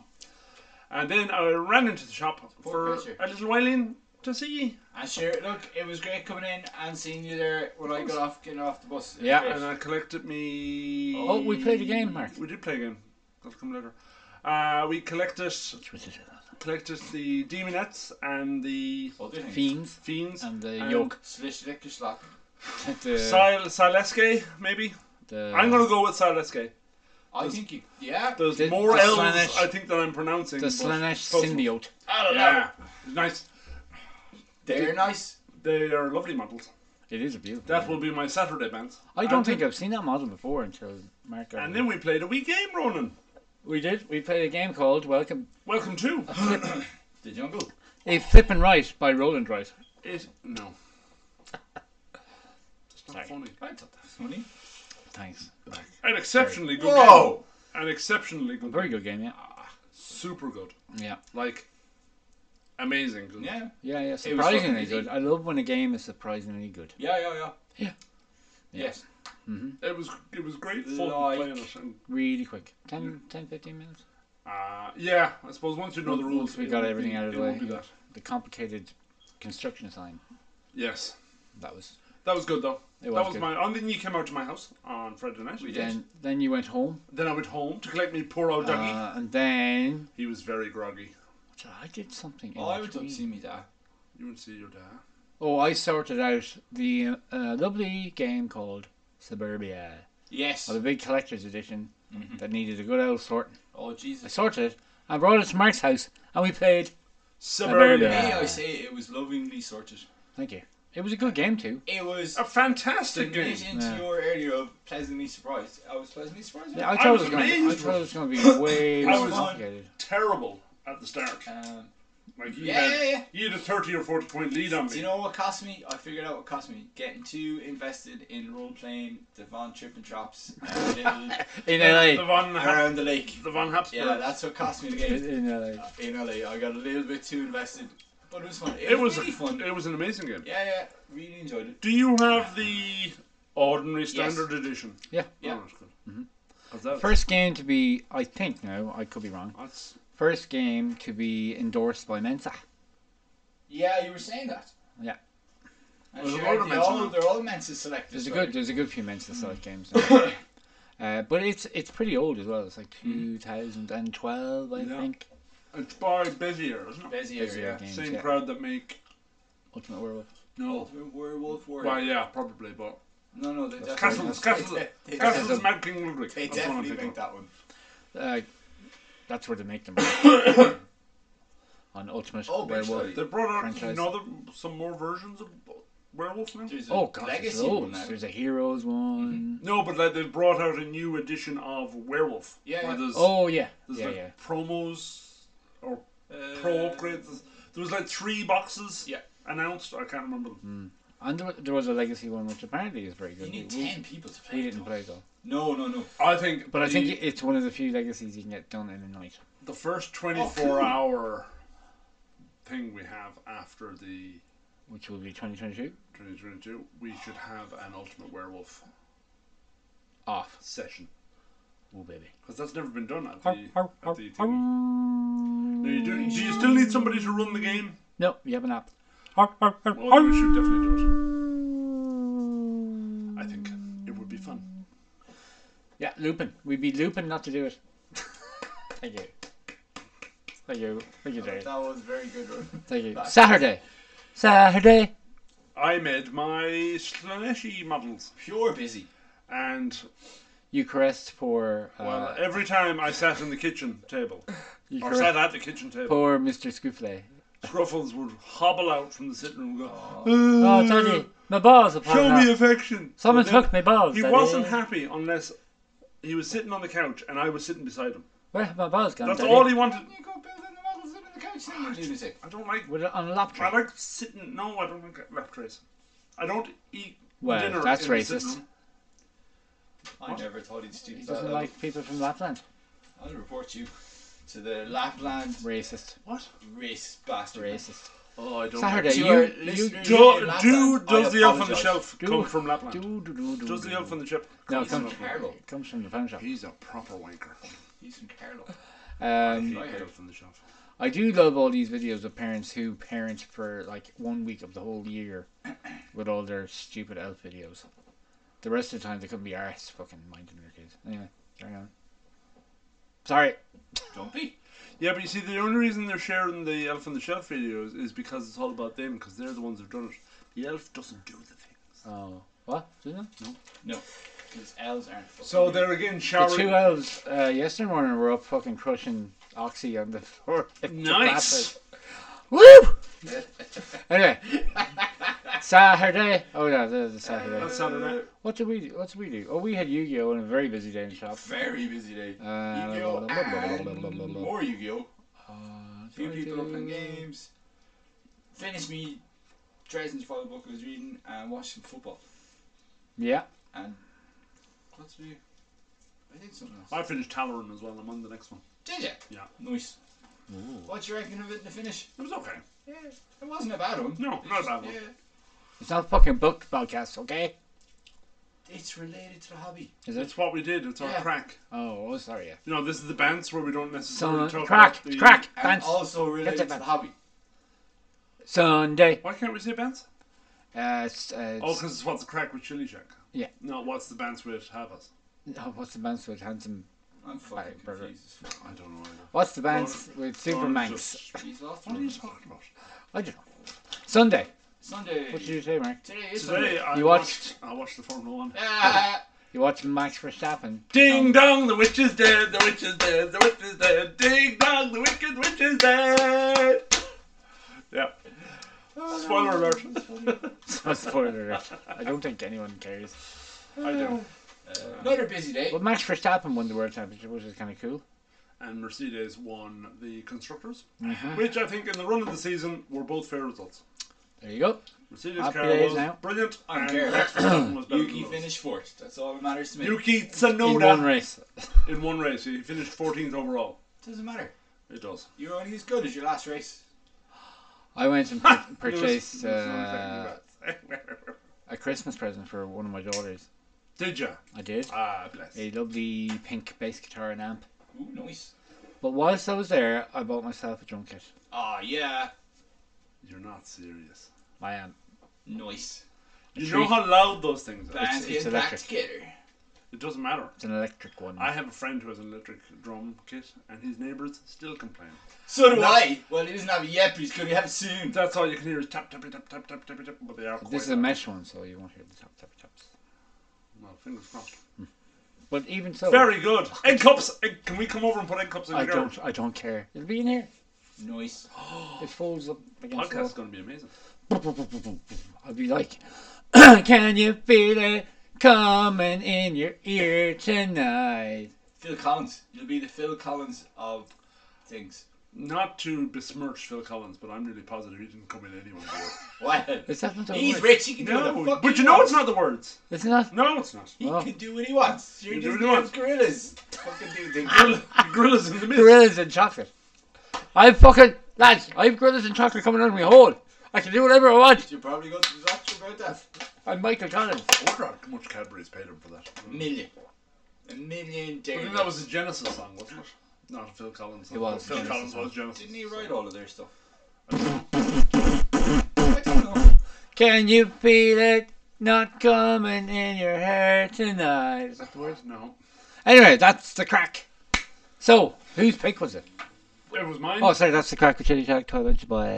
Speaker 2: And then I ran into the shop for
Speaker 3: Poor creature.
Speaker 2: a little while in to see ye.
Speaker 3: And sure, look, it was great coming in and seeing you there when I got off, getting off the bus. It was
Speaker 1: Yeah.
Speaker 3: great.
Speaker 2: And I collected me.
Speaker 1: Oh, we played a game, Mark.
Speaker 2: We did play a game. That'll come later. Uh, we collected
Speaker 1: on.
Speaker 2: collected the demonettes and the
Speaker 3: Well, didn't he?
Speaker 1: Fiends
Speaker 2: fiends
Speaker 1: and the
Speaker 2: and
Speaker 1: yolk.
Speaker 3: Slick, slack.
Speaker 1: The,
Speaker 2: Sil- Sileske, maybe.
Speaker 1: the,
Speaker 2: I'm gonna go with Sileske.
Speaker 3: I
Speaker 2: Does-
Speaker 3: think you, yeah.
Speaker 2: There's
Speaker 1: The-
Speaker 2: more
Speaker 1: the
Speaker 2: L's
Speaker 1: Slaanesh-
Speaker 2: I think that I'm pronouncing.
Speaker 1: the
Speaker 2: but-
Speaker 1: Slanesh
Speaker 2: but-
Speaker 1: symbiote.
Speaker 3: I don't know.
Speaker 2: Yeah, nice.
Speaker 3: They're nice.
Speaker 2: They are lovely models.
Speaker 1: It is a beautiful.
Speaker 2: That
Speaker 1: That
Speaker 2: will be my Saturday bands.
Speaker 1: I don't
Speaker 2: And
Speaker 1: think
Speaker 2: then-
Speaker 1: I've seen that model before until Mark. got
Speaker 2: And
Speaker 1: it.
Speaker 2: then we played a wee game, Ronan.
Speaker 1: we did. We played a game called Welcome.
Speaker 2: Welcome to
Speaker 3: The jungle.
Speaker 1: A Flip and Right by Roland Wright.
Speaker 2: it. No, it's not
Speaker 1: Sorry.
Speaker 2: funny.
Speaker 3: I thought that was funny.
Speaker 1: Thanks.
Speaker 2: An exceptionally good
Speaker 3: Whoa!
Speaker 2: game. An exceptionally good.
Speaker 1: Very
Speaker 2: game.
Speaker 1: good game, yeah.
Speaker 2: Super good.
Speaker 1: Yeah.
Speaker 2: Like amazing. Good.
Speaker 3: Yeah,
Speaker 1: Yeah, yeah.
Speaker 3: It was fucking
Speaker 1: Surprisingly
Speaker 3: easy.
Speaker 1: good. I love when a game is surprisingly good.
Speaker 3: yeah, yeah, yeah.
Speaker 1: Yeah.
Speaker 3: Yes.
Speaker 2: It was it was great fun
Speaker 3: Like-
Speaker 2: playing it. And,
Speaker 1: Really quick. 10, 10 15 minutes.
Speaker 2: uh, yeah, I suppose once you know the
Speaker 1: Once-
Speaker 2: rules,
Speaker 1: once we
Speaker 2: it
Speaker 1: got
Speaker 2: won't
Speaker 1: everything
Speaker 2: be-
Speaker 1: out of
Speaker 2: it
Speaker 1: the way,
Speaker 2: won't be
Speaker 1: yeah.
Speaker 2: that.
Speaker 1: The complicated construction sign.
Speaker 2: Yes,
Speaker 1: That was.
Speaker 2: that was good though.
Speaker 1: It
Speaker 2: that
Speaker 1: was
Speaker 2: was
Speaker 1: good.
Speaker 2: my. And then you came out to my house on Friday night.
Speaker 3: We did.
Speaker 1: Then, then you went home.
Speaker 2: Then I went home to collect me poor old Dougie.
Speaker 1: Uh, and then
Speaker 2: he was very groggy.
Speaker 1: I did something. in
Speaker 3: Oh, I would
Speaker 1: between.
Speaker 3: have seen me there.
Speaker 2: You would see your dad.
Speaker 1: Oh, I sorted out the uh, lovely game called Suburbia.
Speaker 3: Yes. Mm-hmm.
Speaker 1: I have a big collector's edition that needed a good old sort.
Speaker 3: Oh
Speaker 1: I
Speaker 3: Jesus.
Speaker 1: sorted it I brought it to Mark's house and we played.
Speaker 2: Suburbia.
Speaker 3: May
Speaker 1: Yeah.
Speaker 3: I say it was lovingly sorted.
Speaker 1: Thank you. It was a good game too.
Speaker 3: It was.
Speaker 2: A fantastic game.
Speaker 3: Get into your area of pleasantly surprised. I was pleasantly surprised.
Speaker 1: Yeah, I
Speaker 2: I
Speaker 1: thought
Speaker 2: was
Speaker 1: it was going. To, I
Speaker 2: amazed
Speaker 1: thought it
Speaker 2: with-
Speaker 1: was going to be way
Speaker 2: I
Speaker 1: more
Speaker 2: was-
Speaker 1: complicated.
Speaker 2: Terrible at the start.
Speaker 3: Um,
Speaker 2: Like you
Speaker 3: Yeah,
Speaker 2: had,
Speaker 3: yeah, yeah.
Speaker 2: you had a thirty or forty point lead on
Speaker 3: do
Speaker 2: me.
Speaker 3: you know what cost me? I figured out what cost me. Getting too invested in role playing the Von Tripp and Trops and little
Speaker 1: In
Speaker 2: the
Speaker 1: LA.
Speaker 2: Von Hap-
Speaker 3: around the lake.
Speaker 2: the Von Habsburg.
Speaker 3: Yeah, that's what cost me the game.
Speaker 1: In LA.
Speaker 3: In LA, I got a little bit too invested, but it was fun. It,
Speaker 2: it
Speaker 3: was,
Speaker 2: was
Speaker 3: really fun.
Speaker 2: it was an amazing game.
Speaker 3: yeah, yeah, really enjoyed it.
Speaker 2: Do you have the ordinary standard edition?
Speaker 1: Yeah.
Speaker 3: Yeah. Mm-hmm.
Speaker 2: Oh, that's good. Cause that's,
Speaker 1: First game to be, I think no, I could be wrong.
Speaker 2: that's-
Speaker 1: First game to be endorsed by Mensa.
Speaker 3: Yeah, you were saying that.
Speaker 1: Yeah.
Speaker 3: And
Speaker 2: There's a
Speaker 3: sure,
Speaker 2: lot of
Speaker 3: they
Speaker 2: Mensa
Speaker 3: all,
Speaker 2: now.
Speaker 3: they're all meant to select
Speaker 1: There's
Speaker 3: this.
Speaker 1: a
Speaker 3: right?
Speaker 1: good, there's a good few Mensa
Speaker 2: Mm.
Speaker 1: side games. Uh, but it's it's pretty old as well. It's like 2012, I
Speaker 2: Mm. Yeah.
Speaker 1: think.
Speaker 2: it's by Bezier, isn't it?
Speaker 3: Bezier,
Speaker 1: Bezier
Speaker 3: yeah.
Speaker 1: game. Games,
Speaker 2: Same
Speaker 1: yeah.
Speaker 2: crowd that make
Speaker 1: Ultimate Werewolf.
Speaker 2: no.
Speaker 3: Ultimate Werewolf Warrior.
Speaker 2: Well, yeah, probably, but
Speaker 3: No, no, they definitely.
Speaker 2: Castles, Castles,
Speaker 3: they, they,
Speaker 2: Castles,
Speaker 1: Castles.
Speaker 2: and Mad King Ludwig.
Speaker 3: they
Speaker 2: That's what I'm
Speaker 3: definitely
Speaker 2: thinking.
Speaker 3: make that one.
Speaker 1: Uh, that's where they make them. On Ultimate
Speaker 3: Oh, big
Speaker 1: Werewolf.
Speaker 3: study.
Speaker 2: They brought out
Speaker 1: Franchise.
Speaker 2: another some more versions of Werewolf now.
Speaker 3: There's a
Speaker 1: Oh god, there's
Speaker 3: legacy one Mm-hmm.
Speaker 1: loads.
Speaker 3: now.
Speaker 1: There's a Heroes one.
Speaker 2: No, but like they've brought out a new edition of Werewolf.
Speaker 3: Yeah,
Speaker 2: where
Speaker 3: yeah.
Speaker 2: There's,
Speaker 1: Oh yeah,
Speaker 2: there's
Speaker 1: yeah,
Speaker 2: like
Speaker 1: yeah.
Speaker 2: promos or
Speaker 3: Uh,
Speaker 2: pro upgrades. There was like three boxes
Speaker 3: Yeah. Hmm.
Speaker 2: announced. I can't remember them.
Speaker 1: And there wa- there was a Legacy one, which apparently is very
Speaker 3: You
Speaker 1: good.
Speaker 3: need
Speaker 1: We-
Speaker 3: ten people to play.
Speaker 1: we
Speaker 3: it,
Speaker 1: didn't
Speaker 3: though.
Speaker 1: play though.
Speaker 3: No, no, no.
Speaker 2: I think,
Speaker 1: But I
Speaker 2: the-
Speaker 1: think it's one of the few legacies you can get done in a night.
Speaker 2: the first
Speaker 3: Oh,
Speaker 2: 24 hour thing we have after the
Speaker 1: which will be 2022
Speaker 2: 2022, we should have an Ultimate Werewolf
Speaker 1: off.
Speaker 2: session
Speaker 1: Oh baby.
Speaker 2: because that's never been done at
Speaker 1: Arr,
Speaker 2: the,
Speaker 1: arr,
Speaker 2: at
Speaker 1: arr,
Speaker 2: the
Speaker 1: arr.
Speaker 2: thingy. Now you do, do you still need somebody to run the game?
Speaker 1: No, you have an app. Arr, arr, arr,
Speaker 2: Well, we
Speaker 1: arr.
Speaker 2: should definitely do it. I think it would be fun.
Speaker 1: Yeah, looping. We'd be looping not to do it. Thank you. Thank you. Thank you, Dave.
Speaker 3: That was very good. Rod.
Speaker 1: Thank you. Saturday. Saturday.
Speaker 2: I made my Slaneshi models,
Speaker 3: Pure busy.
Speaker 2: and
Speaker 1: Eucharist for uh,
Speaker 2: well, every time I sat in the kitchen table or
Speaker 1: Eucharist
Speaker 2: sat at the kitchen table,
Speaker 1: for Mr. Scoofley.
Speaker 2: Scruffles would hobble out from the sitting room and go,
Speaker 1: Oh, Daddy, my balls are
Speaker 2: "Show
Speaker 1: popping
Speaker 2: me
Speaker 1: out.
Speaker 2: affection."
Speaker 1: Someone
Speaker 2: But then-
Speaker 1: took my balls.
Speaker 2: He
Speaker 1: Daddy.
Speaker 2: wasn't happy unless he was sitting on the couch and I was sitting beside him.
Speaker 1: Where have my balls gone?
Speaker 2: That's
Speaker 1: Daddy?
Speaker 2: all he wanted.
Speaker 3: You go building the models in the couch thing, you lunatic.
Speaker 2: I don't like.
Speaker 1: With it on a laptop.
Speaker 2: I like sitting. No, I don't like lap trays. I don't eat
Speaker 1: Well,
Speaker 2: dinner.
Speaker 1: that's
Speaker 2: in the sitting
Speaker 1: racist.
Speaker 2: room.
Speaker 3: I never thought he'd stoop
Speaker 1: He
Speaker 3: to that
Speaker 1: doesn't
Speaker 3: level.
Speaker 1: like people from Lapland.
Speaker 3: I'll report you to the Lapland
Speaker 1: Racist.
Speaker 2: What?
Speaker 3: race bastard.
Speaker 1: Racist.
Speaker 2: Oh, I don't.
Speaker 1: Saturday.
Speaker 3: To
Speaker 1: You-
Speaker 3: our
Speaker 1: you-
Speaker 3: listeners in
Speaker 2: Do,
Speaker 3: Lapland,
Speaker 2: do
Speaker 3: I
Speaker 2: does the elf on the
Speaker 3: apologise.
Speaker 2: shelf
Speaker 1: Do-
Speaker 2: come from Lapland?
Speaker 1: Do, do, do, do,
Speaker 2: does
Speaker 1: do,
Speaker 2: the elf
Speaker 1: do.
Speaker 2: on the ship
Speaker 1: No,
Speaker 2: come
Speaker 1: it
Speaker 2: from
Speaker 1: comes,
Speaker 2: Lapland?
Speaker 3: Carlo.
Speaker 1: it comes from the phone shop.
Speaker 2: He's a proper wanker.
Speaker 3: He's from Carlo.
Speaker 1: Um,
Speaker 2: He
Speaker 3: I heard.
Speaker 2: elf on the shelf.
Speaker 1: I do love all these videos of parents who parent for like one week of the whole year with all their stupid elf videos. The rest of the time they couldn't be arsed fucking minding their kids. Anyway, carry on. Sorry.
Speaker 3: Don't be.
Speaker 2: Yeah, but you see, the only reason they're sharing the elf on the shelf videos is because it's all about them, because they're the ones who've done it. The elf doesn't do the things.
Speaker 1: Oh, what? Didn't I?
Speaker 3: No, because elves aren't. fucking
Speaker 2: So
Speaker 3: real.
Speaker 2: they're again
Speaker 1: The
Speaker 2: showering.
Speaker 1: two elves uh, yesterday morning were up fucking crushing oxy on the floor.
Speaker 2: Nice.
Speaker 1: Woo! anyway, Saturday. Oh no, that was the Saturday.
Speaker 2: That's Saturday.
Speaker 1: What did we do? What did we do? Oh, we had Yu-Gi-Oh on a very busy day in the shop.
Speaker 3: Very busy day.
Speaker 1: Uh,
Speaker 3: Yu-Gi-Oh! and
Speaker 1: Uh,
Speaker 3: more Yu-Gi-Oh! Few
Speaker 1: did I
Speaker 3: people up in
Speaker 1: do-
Speaker 3: games. Finished me Dresden's father book I was reading and watched some football.
Speaker 1: Yeah.
Speaker 3: And what's we? I did something else.
Speaker 2: I finished Talaran as well. I'm on the next one.
Speaker 3: Did you?
Speaker 2: Yeah.
Speaker 3: Nice. What do you reckon of it in the finish?
Speaker 2: It was okay.
Speaker 3: Yeah, it wasn't a bad one.
Speaker 2: No,
Speaker 3: It's
Speaker 2: not a
Speaker 3: just-
Speaker 2: bad one.
Speaker 3: Yeah,
Speaker 1: It's not a fucking book podcast, okay?
Speaker 3: it's related to the hobby.
Speaker 1: Is it?
Speaker 2: That's what we did. It's our
Speaker 3: Yeah.
Speaker 2: crack.
Speaker 1: Oh, oh sorry. Yeah.
Speaker 2: You know, this is the bants where we don't necessarily
Speaker 1: Sun,
Speaker 2: talk
Speaker 1: crack,
Speaker 2: about the
Speaker 1: crack,
Speaker 3: And
Speaker 1: dance.
Speaker 3: also related to
Speaker 1: That's a
Speaker 3: the hobby.
Speaker 1: Sunday.
Speaker 2: Why can't we say bants?
Speaker 1: Uh, s- uh,
Speaker 2: Oh, because it's what's the crack with Chili Shack.
Speaker 1: Yeah.
Speaker 2: No, what's the bants with have us?
Speaker 1: oh, what's the band's with handsome?
Speaker 3: I'm fucking
Speaker 1: Right, brother.
Speaker 3: confused. as fuck.
Speaker 2: I don't know. I
Speaker 1: What's the band's with
Speaker 2: know.
Speaker 1: Supermanx?
Speaker 2: Lauren's just-
Speaker 3: He's lost
Speaker 2: What are
Speaker 3: me.
Speaker 2: you talking about?
Speaker 1: I don't know. Sunday.
Speaker 3: Sunday.
Speaker 1: What did you say, Mark?
Speaker 3: Today is
Speaker 2: Today
Speaker 3: Sunday.
Speaker 2: I
Speaker 1: You watched-
Speaker 2: watched. I watched the Formula One.
Speaker 3: Ah,
Speaker 1: You watch Max Verstappen.
Speaker 2: Ding dong, the witch is dead, the witch is dead, the witch is dead. Ding dong, the wicked witch is dead. Yeah. Spoiler alert.
Speaker 1: No spoiler alert. I don't think anyone cares.
Speaker 2: I do.
Speaker 3: Another busy day.
Speaker 1: But Max Verstappen won the world championship, which is kind of cool.
Speaker 2: And Mercedes won the constructors,
Speaker 1: Mm-hmm.
Speaker 2: which I think in the run of the season were both fair results.
Speaker 1: There you go.
Speaker 2: Mercedes
Speaker 1: Happy
Speaker 2: car
Speaker 1: days
Speaker 2: was
Speaker 1: now.
Speaker 2: brilliant,
Speaker 3: I don't
Speaker 2: and
Speaker 3: care.
Speaker 2: Max Verstappen was better
Speaker 3: Yuki
Speaker 2: than those.
Speaker 3: finished fourth. That's all that matters to me.
Speaker 2: Yuki
Speaker 1: In one
Speaker 2: Tsunoda
Speaker 1: race.
Speaker 2: in one race. He finished 14th overall.
Speaker 3: Doesn't matter.
Speaker 2: It does.
Speaker 3: You're only as good as your last race.
Speaker 1: I went and pur-
Speaker 2: Lewis-
Speaker 1: purchased
Speaker 2: Lewis
Speaker 1: uh,
Speaker 2: knows exactly what-
Speaker 1: a Christmas present for one of my daughters.
Speaker 2: Did you?
Speaker 1: I did.
Speaker 2: Ah, bless.
Speaker 1: A lovely pink bass guitar and amp.
Speaker 3: Ooh, nice.
Speaker 1: But whilst I was there, I bought myself a drum kit.
Speaker 3: Ah, yeah.
Speaker 2: You're not serious.
Speaker 1: I am.
Speaker 3: Nice.
Speaker 2: You
Speaker 1: tree.
Speaker 2: know how loud those things are.
Speaker 1: it's
Speaker 3: Bands getting back
Speaker 1: electric.
Speaker 3: together.
Speaker 2: It doesn't matter.
Speaker 1: It's an electric one.
Speaker 2: I have a friend who has an electric drum kit, and his neighbours still complain.
Speaker 3: So do
Speaker 2: No.
Speaker 3: I. Well, he doesn't have it yet, but he's going to have it soon.
Speaker 2: That's all you can hear is tap tap tap tap tap tap tap. But they are.
Speaker 1: But
Speaker 2: Quite
Speaker 1: this is a
Speaker 2: loud.
Speaker 1: mesh one, so you won't hear the tap tap taps.
Speaker 2: Well, fingers crossed.
Speaker 1: But even so,
Speaker 2: Very good. Egg cups. Egg, can we come over and put egg cups in
Speaker 1: Oh. I
Speaker 2: the garage?
Speaker 1: don't. I don't care. It'll be in here.
Speaker 3: Nice.
Speaker 1: It folds up against the
Speaker 2: Podcast's
Speaker 1: wall.
Speaker 2: going to be amazing.
Speaker 1: I'll be like, can you feel it coming in your ear tonight?
Speaker 3: Phil Collins. You'll be the Phil Collins of things.
Speaker 2: Not to besmirch Phil Collins, but I'm really positive he didn't come in anyway.
Speaker 3: Wow.
Speaker 1: It's not the
Speaker 3: He's
Speaker 1: word.
Speaker 3: rich. He can do what the
Speaker 2: no,
Speaker 3: fuck
Speaker 2: but
Speaker 3: he
Speaker 2: you know it's
Speaker 3: wants.
Speaker 2: not the words.
Speaker 1: It's not.
Speaker 2: No, it's not.
Speaker 3: He
Speaker 1: Oh.
Speaker 3: can do what he wants. You're
Speaker 2: He
Speaker 3: just
Speaker 2: can do Ah. what he wants.
Speaker 3: gorillas. Fucking do things.
Speaker 2: Gorilla- Gorillas in the mist.
Speaker 1: Gorillas and chocolate. I fucking lads. I have gorillas and chocolate coming out of my hole. I can do whatever I want.
Speaker 3: You're probably going to the doctor about that.
Speaker 1: I'm Michael Collins.
Speaker 2: I wonder Oh how much Cadbury's paid him for that.
Speaker 3: Million. A million
Speaker 2: I
Speaker 3: dairy.
Speaker 2: think that was a Genesis song, wasn't it? Not a Phil Collins song.
Speaker 1: It was a
Speaker 2: Phil
Speaker 1: Genesis
Speaker 2: Collins
Speaker 1: song.
Speaker 2: was Genesis.
Speaker 3: Didn't he write all of their stuff?
Speaker 1: Can you feel it not coming in your hair tonight? Is that the word?
Speaker 2: No.
Speaker 1: Anyway, that's the crack. So, whose pick was it?
Speaker 2: It was mine.
Speaker 1: Oh, sorry, that's the crack with Chili Jack Toy Bunch by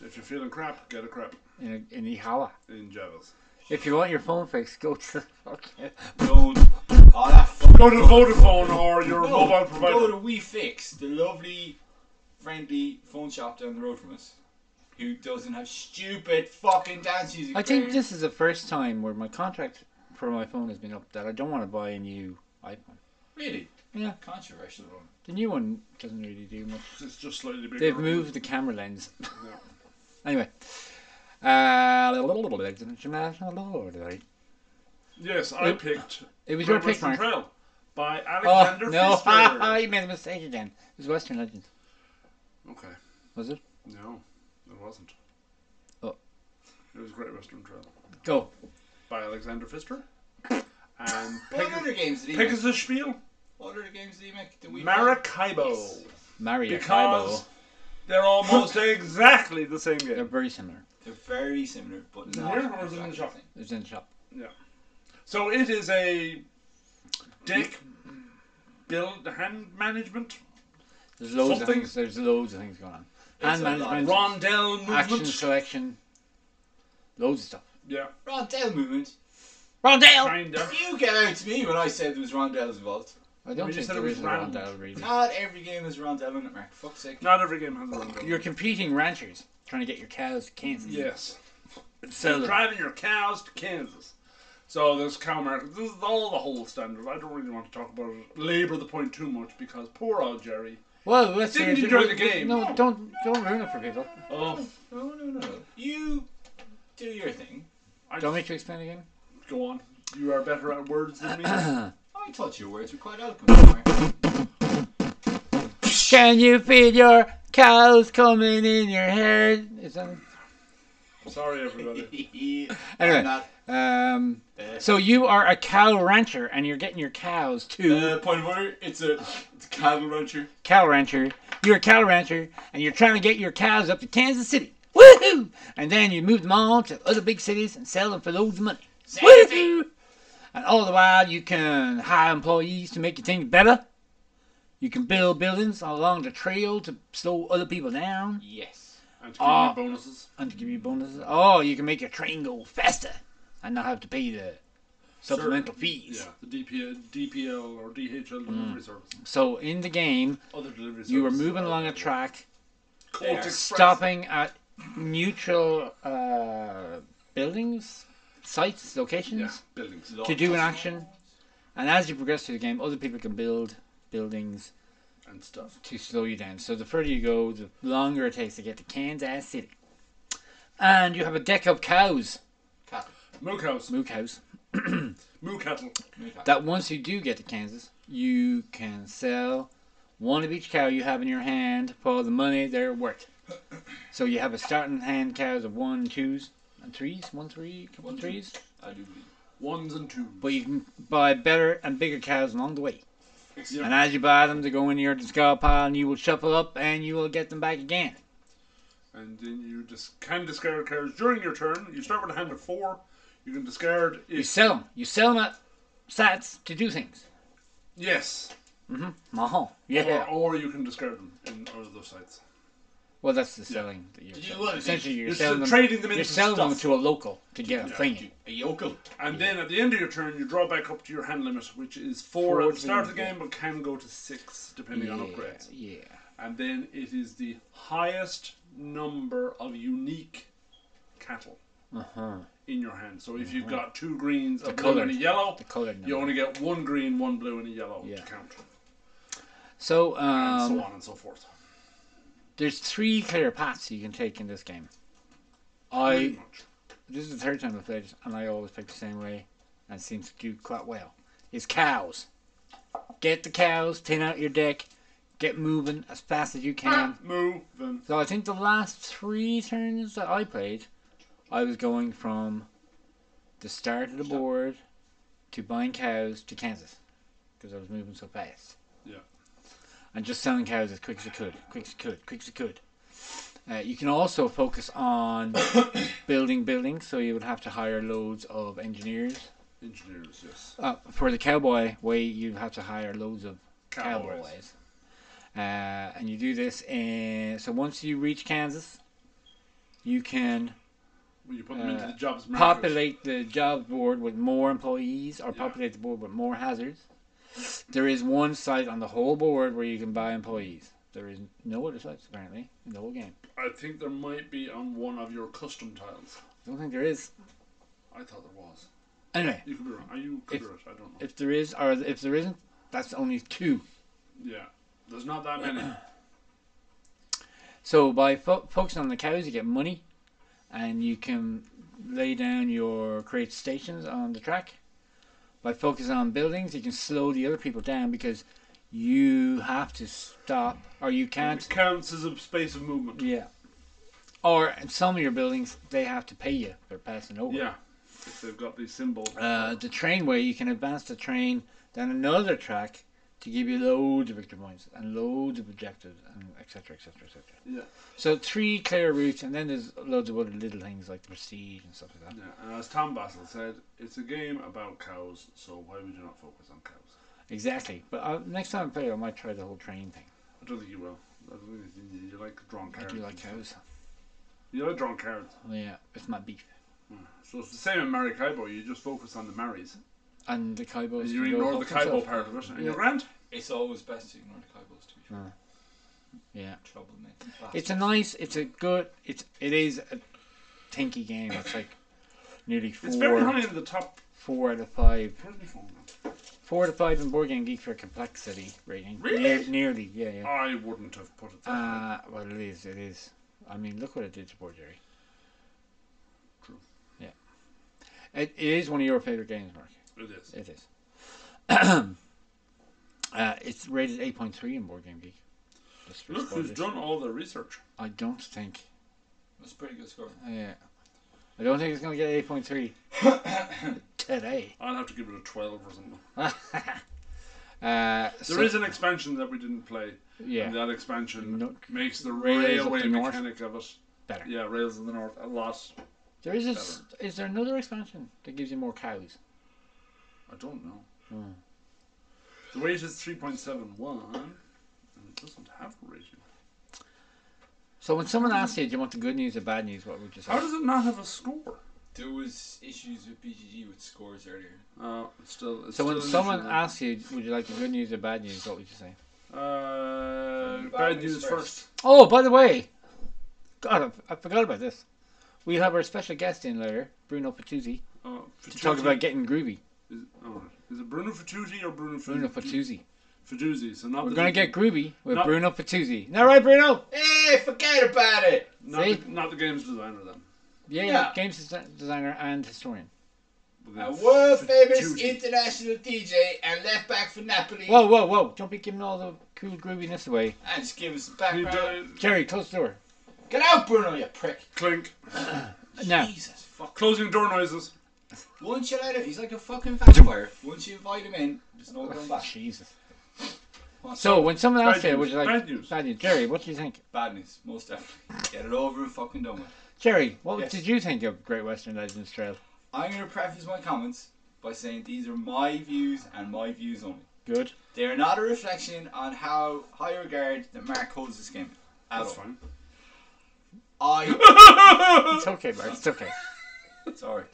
Speaker 2: If you're feeling crap, get a crap
Speaker 1: in, in Ihawa.
Speaker 2: in Javis.
Speaker 1: If you want your phone fixed, go to the fucking.
Speaker 3: Don't. Oh, that fuck.
Speaker 2: Go to Vodafone or your mobile
Speaker 3: Go
Speaker 2: provider.
Speaker 3: to WeFix, the lovely, friendly phone shop down the road from us, who doesn't have stupid fucking dance music.
Speaker 1: I think
Speaker 3: playing.
Speaker 1: this is the first time where my contract for my phone has been up that I don't want to buy a new iPhone.
Speaker 3: Really?
Speaker 1: Yeah.
Speaker 3: Controversial one.
Speaker 1: The new one doesn't really do much.
Speaker 2: It's just slightly bigger.
Speaker 1: They've moved the camera lens.
Speaker 2: Yeah.
Speaker 1: anyway. Uh,
Speaker 2: Yes, I picked.
Speaker 1: It was your
Speaker 2: Red
Speaker 1: pick,
Speaker 2: Western
Speaker 1: Mark.
Speaker 2: Trail by
Speaker 1: Oh,
Speaker 2: Alexander
Speaker 1: no.
Speaker 2: Pfister.
Speaker 1: you made a mistake again. It was Western Legend,
Speaker 2: okay.
Speaker 1: was it?
Speaker 2: No, it wasn't.
Speaker 1: Oh.
Speaker 2: It was Great Western Trail
Speaker 1: Go.
Speaker 2: by Alexander Pfister. And
Speaker 3: What other
Speaker 2: Peg-
Speaker 3: games did he make?
Speaker 2: Pegasus Spiel,
Speaker 3: What other games did he make? Oh. The Wii
Speaker 2: Maracaibo.
Speaker 3: Yes.
Speaker 1: Mario.
Speaker 2: Because
Speaker 1: Kaibo.
Speaker 2: they're almost exactly the same
Speaker 1: They're
Speaker 2: game.
Speaker 1: very similar.
Speaker 3: They're very similar, but not.
Speaker 2: Here or is it in the
Speaker 3: exactly
Speaker 2: shop?
Speaker 3: same.
Speaker 1: It was in the shop.
Speaker 2: So it is a dick build hand management
Speaker 1: There's loads of
Speaker 2: Something-
Speaker 1: things. There's loads of things going on.
Speaker 3: It's
Speaker 1: Hand
Speaker 3: a
Speaker 1: management,
Speaker 3: lot.
Speaker 2: rondel movement.
Speaker 1: action selection, loads of stuff.
Speaker 2: Yeah,
Speaker 3: Rondell movement.
Speaker 1: Rondale.
Speaker 2: kinda.
Speaker 3: You get out to me when I said there was Rondell's involved.
Speaker 1: I don't
Speaker 2: We
Speaker 1: think
Speaker 2: just said it
Speaker 1: there
Speaker 2: was
Speaker 1: is a
Speaker 2: round.
Speaker 1: Rondale really.
Speaker 3: Not every game is Rondell in it, Mark. Fuck's sake.
Speaker 2: Not every game has a rondel.
Speaker 1: You're competing ranchers trying to get your cows to Kansas.
Speaker 2: yes,
Speaker 1: Sell them.
Speaker 2: driving your cows to Kansas. So there's cow market. This is all the whole standard. I don't really want to talk about it, labor the point too much because poor old Jerry.
Speaker 1: Well, let's
Speaker 2: Didn't
Speaker 1: see-
Speaker 2: enjoy
Speaker 1: we-
Speaker 2: the
Speaker 1: we-
Speaker 2: game.
Speaker 1: No, don't don't ruin it for people.
Speaker 2: Oh,
Speaker 3: No, no, no. You do your thing.
Speaker 2: I
Speaker 1: Don't make you explain again.
Speaker 2: go on. You are better at words than me.
Speaker 3: I thought your words were quite eloquent. Mark.
Speaker 1: Can you feed your cows coming in your hair? Is that
Speaker 2: Sorry, everybody.
Speaker 1: Anyway.
Speaker 3: I'm not,
Speaker 1: um?
Speaker 3: uh,
Speaker 1: So you are a cow rancher, and you're getting your cows to
Speaker 3: uh, point of order. It's a, it's a cattle rancher.
Speaker 1: cow rancher. You're a cow rancher, and you're trying to get your cows up to Kansas City. Woohoo! And then you move them on to other big cities and sell them for loads of money.
Speaker 3: Saturday.
Speaker 1: Woohoo! And all the while, you can hire employees to make your things better. You can build buildings along the trail to slow other people down
Speaker 3: Yes.
Speaker 2: And to give
Speaker 1: Ah.
Speaker 2: you bonuses.
Speaker 1: and to give you bonuses. Oh, you can make your train go faster and not have to pay the supplemental fees.
Speaker 2: Yeah, the DPL, DPL or DHL delivery service.
Speaker 1: So in the game,
Speaker 2: Other delivery service.
Speaker 1: Mm. you were moving along a track,
Speaker 2: Colt
Speaker 3: There.
Speaker 2: Express.
Speaker 1: stopping at neutral uh, buildings, sites, locations.
Speaker 2: Yeah, buildings.
Speaker 1: to do an action. And as you progress through the game, other people can build buildings
Speaker 2: And stuff.
Speaker 1: to slow you down. So the further you go, the longer it takes to get to Kansas City. And you have a deck of cows,
Speaker 3: Cattle.
Speaker 2: Moo cows.
Speaker 1: moo cows,
Speaker 2: Moo cattle.
Speaker 3: Moo cattle.
Speaker 1: that once you do get to Kansas, you can sell one of each cow you have in your hand for the money they're worth. So you have a starting hand cows of one, twos, and threes, one, three, couple
Speaker 3: One,
Speaker 1: of threes.
Speaker 3: I do believe.
Speaker 2: Ones and twos.
Speaker 1: But you can buy better and bigger cows along the way.
Speaker 2: Yeah.
Speaker 1: And as you buy them, they go in your discard pile, and you will shuffle up, and you will get them back again.
Speaker 2: And then you just can discard cards during your turn. You start with a hand of four. You can discard
Speaker 1: You
Speaker 2: it.
Speaker 1: sell them. You sell them at sats to do things.
Speaker 2: Yes.
Speaker 1: Mahal. Yeah.
Speaker 2: Or, or you can discard them in all of those sites.
Speaker 1: Well, that's the selling that you're
Speaker 3: Did you
Speaker 1: selling.
Speaker 3: look at
Speaker 1: essentially you're,
Speaker 2: You're
Speaker 1: selling them.
Speaker 2: trading them
Speaker 1: you're
Speaker 2: into
Speaker 1: selling them
Speaker 2: stuff.
Speaker 1: to a local to get a thing.
Speaker 3: A yokel.
Speaker 2: And then at the end of your turn, you draw back up to your hand limit, which is four,
Speaker 1: Four
Speaker 2: at the start of the
Speaker 1: to the
Speaker 2: game, but can go to six depending on
Speaker 1: Yeah,
Speaker 2: upgrades.
Speaker 1: yeah.
Speaker 2: And then it is the highest number of unique cattle
Speaker 1: Uh huh.
Speaker 2: in your hand. So if you've got two greens, a
Speaker 1: Uh-huh. The
Speaker 2: blue and a
Speaker 1: coloured-
Speaker 2: yellow,
Speaker 1: The coloured
Speaker 2: you
Speaker 1: number.
Speaker 2: only get one green, one blue, and a yellow
Speaker 1: Yeah.
Speaker 2: to count,
Speaker 1: So
Speaker 2: and
Speaker 1: um,
Speaker 2: so on and so forth.
Speaker 1: there's three clear paths you can take in this game.
Speaker 2: Pretty
Speaker 1: I
Speaker 2: much.
Speaker 1: this is the third time I've played it, and I always pick the same way, and it seems to do quite well. Is cows. Get the cows, tin out your deck, get moving as fast as you can.
Speaker 2: Moo, then
Speaker 1: So I think the last three turns that I played, I was going from the start of the board to buying cows to Kansas because I was moving so fast
Speaker 2: yeah,
Speaker 1: and just selling cows as quick as you could, quick as you could, quick as you could. Uh, you can also focus on building buildings, so you would have to hire loads of engineers.
Speaker 2: engineers, yes,
Speaker 1: Uh, for the cowboy way, you have to hire loads of cowboys. Uh, and you do this, and so once you reach Kansas, you can
Speaker 2: Well, you put them into
Speaker 1: Uh,
Speaker 2: the jobs market.
Speaker 1: populate the job board with more employees or
Speaker 2: Yeah.
Speaker 1: populate the board with more hazards. There is one site on the whole board where you can buy employees. There is no other sites apparently in the whole game.
Speaker 2: I think there might be on one of your custom tiles.
Speaker 1: I don't think there is.
Speaker 2: I thought there was.
Speaker 1: Anyway,
Speaker 2: You could be wrong. Are you could
Speaker 1: If-
Speaker 2: be right. I don't know.
Speaker 1: if there is or if there isn't, that's only two.
Speaker 2: yeah, there's not that many.
Speaker 1: So by fo- focusing on the cows, you get money, and you can lay down your create stations on the track. By focusing on buildings, you can slow the other people down because you have to stop, or you
Speaker 2: it
Speaker 1: can't.
Speaker 2: counts as a space of movement.
Speaker 1: Yeah. Or in some of your buildings, they have to pay you for passing over.
Speaker 2: Yeah, if they've got the symbol.
Speaker 1: Uh, the trainway, you can advance the train down another track to give you loads of victory points and loads of objectives and etc. etc. etc.
Speaker 2: yeah,
Speaker 1: So three clear routes, and then there's loads of other little things like prestige and stuff like that.
Speaker 2: yeah. And as Tom Bassel said, it's a game about cows, so why would you not focus on cows?
Speaker 1: Exactly. But uh, next time I play, I might try the whole train thing.
Speaker 2: I don't think you will. I don't think you, you like drawn
Speaker 1: I
Speaker 2: cards.
Speaker 1: do like
Speaker 2: and
Speaker 1: cows.
Speaker 2: stuff. You like drawn cards.
Speaker 1: Yeah, it's my beef.
Speaker 2: So it's the same in Maracaibo. You just focus on the Marys.
Speaker 1: And the Kaibos.
Speaker 2: And you
Speaker 1: can go
Speaker 2: ignore the
Speaker 1: fuck themselves.
Speaker 2: Kaibo part of it. And
Speaker 1: Yeah.
Speaker 2: you're grand.
Speaker 3: It's always best to ignore the cowboys to be sure.
Speaker 1: Yeah.
Speaker 3: Trouble, mate.
Speaker 1: It's a nice. It's a good. It's it is a tinky game. It's like nearly four
Speaker 2: It's very high in the top.
Speaker 1: four out of five.
Speaker 2: Where's my phone? gone?
Speaker 1: Four out of five in Board Game Geek for complexity rating.
Speaker 2: Really?
Speaker 1: nearly. Yeah. Yeah.
Speaker 2: I wouldn't have put it that way.
Speaker 1: Uh, well, it is. It is. I mean, look what it did to Board Jerry.
Speaker 2: True.
Speaker 1: Yeah. It, it is one of your favorite games, Mark.
Speaker 2: It is.
Speaker 1: It is. uh, it's rated 8.3 in Board Game Geek. Just for
Speaker 2: Look who's
Speaker 1: spoilers.
Speaker 2: done all the research.
Speaker 1: I don't think.
Speaker 3: That's a pretty good score.
Speaker 1: Yeah. I don't think it's going to get 8.3 today.
Speaker 2: I'll have to give it a 12 or something.
Speaker 1: Uh,
Speaker 2: There is an expansion that we didn't play.
Speaker 1: Yeah.
Speaker 2: And that expansion
Speaker 1: No-
Speaker 2: makes the
Speaker 1: Rails of
Speaker 2: railway
Speaker 1: the North.
Speaker 2: mechanic of it.
Speaker 1: better.
Speaker 2: Yeah, Rails of the North a lot.
Speaker 1: There is a s is there another expansion that gives you more cows?
Speaker 2: I don't know.
Speaker 1: Hmm.
Speaker 2: The weight is 3.71, and it doesn't have a rating.
Speaker 1: So when someone asks you, do you want the good news or bad news, what would you say?
Speaker 2: How does it not have a score?
Speaker 3: There was issues with BGG with scores earlier.
Speaker 2: Oh, it's still. It's
Speaker 1: So when
Speaker 2: still an
Speaker 1: someone
Speaker 2: issue then.
Speaker 1: asks you, would you like the good news or bad news, what would you say?
Speaker 2: uh, bad news first.
Speaker 1: Oh, by the way, God, I, I forgot about this. We have our special guest in later, Bruno Patuzzi,
Speaker 2: Oh,
Speaker 1: to talk
Speaker 2: Fatuzzi.
Speaker 1: about getting groovy.
Speaker 2: Is, oh, is it Bruno Fatuzzi or Bruno
Speaker 1: Bruno Patuzzi.
Speaker 2: Fatuzzi. So not
Speaker 1: We're
Speaker 2: the-
Speaker 1: gonna get groovy with
Speaker 2: No.
Speaker 1: Bruno Patuzzi. Is that right, Bruno?
Speaker 3: Hey, forget about it.
Speaker 2: not
Speaker 1: see?
Speaker 2: the, not the games designer then.
Speaker 1: Yeah,
Speaker 3: Yeah.
Speaker 1: games desi- designer and historian.
Speaker 2: We're
Speaker 3: A
Speaker 2: gonna
Speaker 3: world famous
Speaker 2: Fatuzzi.
Speaker 3: international DJ and left back for Napoli.
Speaker 1: Whoa, whoa, whoa! Don't be giving all the cool grooviness away.
Speaker 3: And just give us the
Speaker 2: He
Speaker 3: background.
Speaker 2: died-
Speaker 1: Jerry, close the door.
Speaker 3: Get out, Bruno, you prick.
Speaker 2: Clink.
Speaker 1: Now,
Speaker 3: Jesus fuck.
Speaker 2: Closing door noises.
Speaker 3: Once you let him, he's like a fucking vampire. Once you invite him in, there's no going back.
Speaker 1: Jesus.
Speaker 3: What's
Speaker 1: So when someone
Speaker 2: Bad
Speaker 1: else said,
Speaker 2: news,
Speaker 1: "Would you like
Speaker 2: bad news.
Speaker 1: Jerry, what do you think?
Speaker 3: Bad news, most definitely. Get it over and fucking done with.
Speaker 1: Jerry, what
Speaker 3: Yes.
Speaker 1: did you think of Great Western Legends Trail?
Speaker 3: I'm going to preface my comments by saying these are my views and my views only.
Speaker 1: Good.
Speaker 3: They are not a reflection on how high regard that Mark holds this game. At
Speaker 2: That's
Speaker 3: all.
Speaker 2: fine.
Speaker 3: I.
Speaker 1: It's okay, Mark. It's okay.
Speaker 3: Sorry.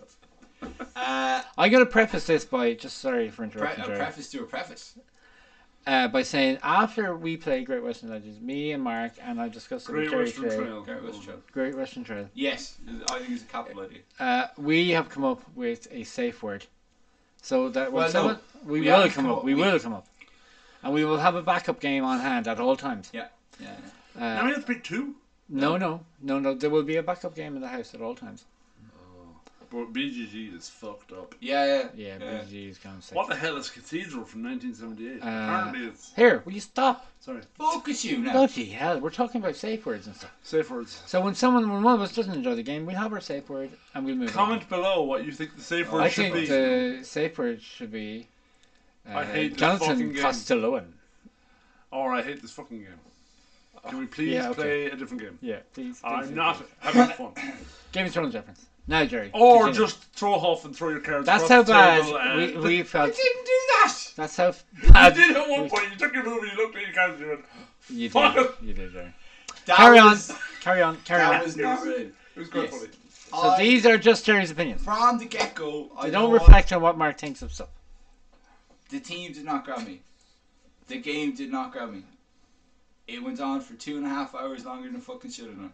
Speaker 3: Uh,
Speaker 1: I'm gonna preface this by just sorry for
Speaker 3: pre-
Speaker 1: interrupting,
Speaker 3: a
Speaker 1: Jerry.
Speaker 3: preface to a preface.
Speaker 1: uh, by saying after we play Great Western Legends, me and Mark and I discussed it with
Speaker 2: Great
Speaker 1: Jerry
Speaker 2: Western
Speaker 1: today,
Speaker 2: Trail.
Speaker 3: Great West Trail.
Speaker 1: Great Western Trail.
Speaker 3: Yes, I think it's a capital idea.
Speaker 1: Uh, we have come up with a safe word, so that when
Speaker 3: Well, no.
Speaker 1: someone we,
Speaker 3: We
Speaker 1: will
Speaker 3: haven't
Speaker 1: come
Speaker 3: come
Speaker 1: up,
Speaker 3: up-
Speaker 1: we,
Speaker 3: we-
Speaker 1: will come up, and we will have a backup game on hand at all times.
Speaker 3: Yeah. Yeah.
Speaker 2: Now
Speaker 1: Uh,
Speaker 2: we have to pick two.
Speaker 1: no, no, no, no. There will be a backup game in the house at all times.
Speaker 2: But BGG is fucked up.
Speaker 3: Yeah, yeah.
Speaker 1: Yeah, BG is going safe.
Speaker 2: What the hell is Cathedral from
Speaker 1: Uh,
Speaker 2: 1978? Apparently it's
Speaker 1: Here, will you stop?
Speaker 2: sorry.
Speaker 3: Focus you now.
Speaker 1: Bloody hell, we're talking about safe words and stuff.
Speaker 2: Safe words.
Speaker 1: So when someone, when one of us doesn't enjoy the game, we have our safe word and we'll move on.
Speaker 2: Comment below what you think the safe
Speaker 3: Oh,
Speaker 2: word
Speaker 1: I
Speaker 2: should
Speaker 1: think
Speaker 2: be.
Speaker 1: the safe word should be uh,
Speaker 2: I hate this fucking
Speaker 1: Jonathan
Speaker 2: game.
Speaker 1: Castelloan.
Speaker 2: Or I hate this fucking game. Can we please
Speaker 1: yeah, okay.
Speaker 2: play a different game?
Speaker 1: Yeah, please.
Speaker 2: I'm not having fun.
Speaker 1: Game of Thrones reference. Now, Jerry.
Speaker 2: Or
Speaker 1: continue.
Speaker 2: just throw off and throw your cards.
Speaker 1: That's how
Speaker 2: across the table
Speaker 1: bad we,
Speaker 2: and-
Speaker 1: we
Speaker 3: I
Speaker 1: felt.
Speaker 3: didn't do that.
Speaker 1: That's how
Speaker 2: You
Speaker 1: bad.
Speaker 2: did at one point. You took your movie, you looked at your cards, and you went,
Speaker 1: You
Speaker 2: Fuck
Speaker 1: did.
Speaker 2: it.
Speaker 1: You did, Jerry.
Speaker 3: That
Speaker 1: Carry on.
Speaker 3: was-
Speaker 1: Carry on. Carry
Speaker 3: That
Speaker 1: on.
Speaker 3: was not really.
Speaker 2: it was quite
Speaker 3: Yes.
Speaker 2: funny.
Speaker 1: So
Speaker 3: I-
Speaker 1: these are just Jerry's opinions.
Speaker 3: from the get go, I
Speaker 1: They don't
Speaker 3: know
Speaker 1: reflect on what Mark thinks of stuff.
Speaker 3: The team did not grab me. The game did not grab me. It went on for two and a half hours longer than it fucking should have done.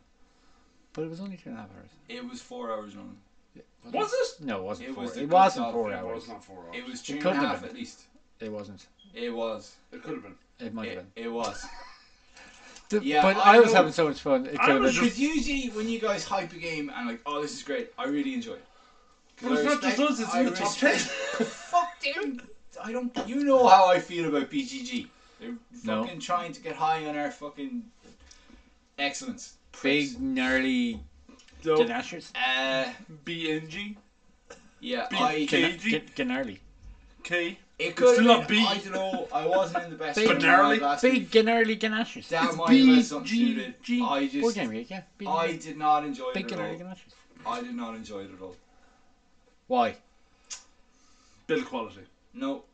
Speaker 1: But it was only two and a half hours.
Speaker 3: It was four hours long.
Speaker 2: Was it?
Speaker 1: No, it wasn't
Speaker 3: It
Speaker 1: four.
Speaker 3: was the
Speaker 1: it wasn't
Speaker 3: good
Speaker 1: four
Speaker 2: It
Speaker 1: hours.
Speaker 2: was not four hours.
Speaker 3: It was two and a
Speaker 1: couldn't have
Speaker 3: half
Speaker 1: been.
Speaker 3: at least.
Speaker 1: It wasn't.
Speaker 3: It was.
Speaker 2: It could have been.
Speaker 1: It might
Speaker 3: It,
Speaker 1: have
Speaker 3: it was.
Speaker 1: been.
Speaker 3: yeah,
Speaker 1: but I,
Speaker 3: I
Speaker 1: was
Speaker 3: know.
Speaker 1: having so much fun. It
Speaker 2: I
Speaker 1: could have
Speaker 2: was
Speaker 1: been.
Speaker 2: just-
Speaker 3: Because usually when you guys hype a game and like, oh, this is great, I really enjoy it.
Speaker 2: But it's not just us, it's in the top ten.
Speaker 3: Fuck them. I don't. You know how I feel about BGG. They're
Speaker 1: No.
Speaker 3: fucking trying to get high on our fucking excellence. Pricks.
Speaker 1: big, gnarly
Speaker 2: So,
Speaker 1: ganachers.
Speaker 3: Uh,
Speaker 2: BNG?
Speaker 3: yeah,
Speaker 2: Big
Speaker 3: I.
Speaker 2: kid.
Speaker 1: Gna- gna- Gnarly.
Speaker 2: K?
Speaker 3: It could
Speaker 2: still
Speaker 3: have
Speaker 2: not
Speaker 3: been,
Speaker 2: B.
Speaker 3: I don't know. I wasn't in the best.
Speaker 1: Big
Speaker 3: mood
Speaker 2: gnarly,
Speaker 3: last
Speaker 1: Big,
Speaker 3: week.
Speaker 1: gnarly ganachers.
Speaker 3: That
Speaker 2: it's
Speaker 3: might have been something
Speaker 2: BGG.
Speaker 3: stupid. I
Speaker 1: Board
Speaker 3: just.
Speaker 1: game geek, yeah. Big,
Speaker 3: I did not enjoy
Speaker 1: big
Speaker 3: it at
Speaker 1: gnarly
Speaker 3: all.
Speaker 1: ganachers.
Speaker 3: I did not enjoy it at all.
Speaker 1: Why?
Speaker 2: Build quality.
Speaker 3: No.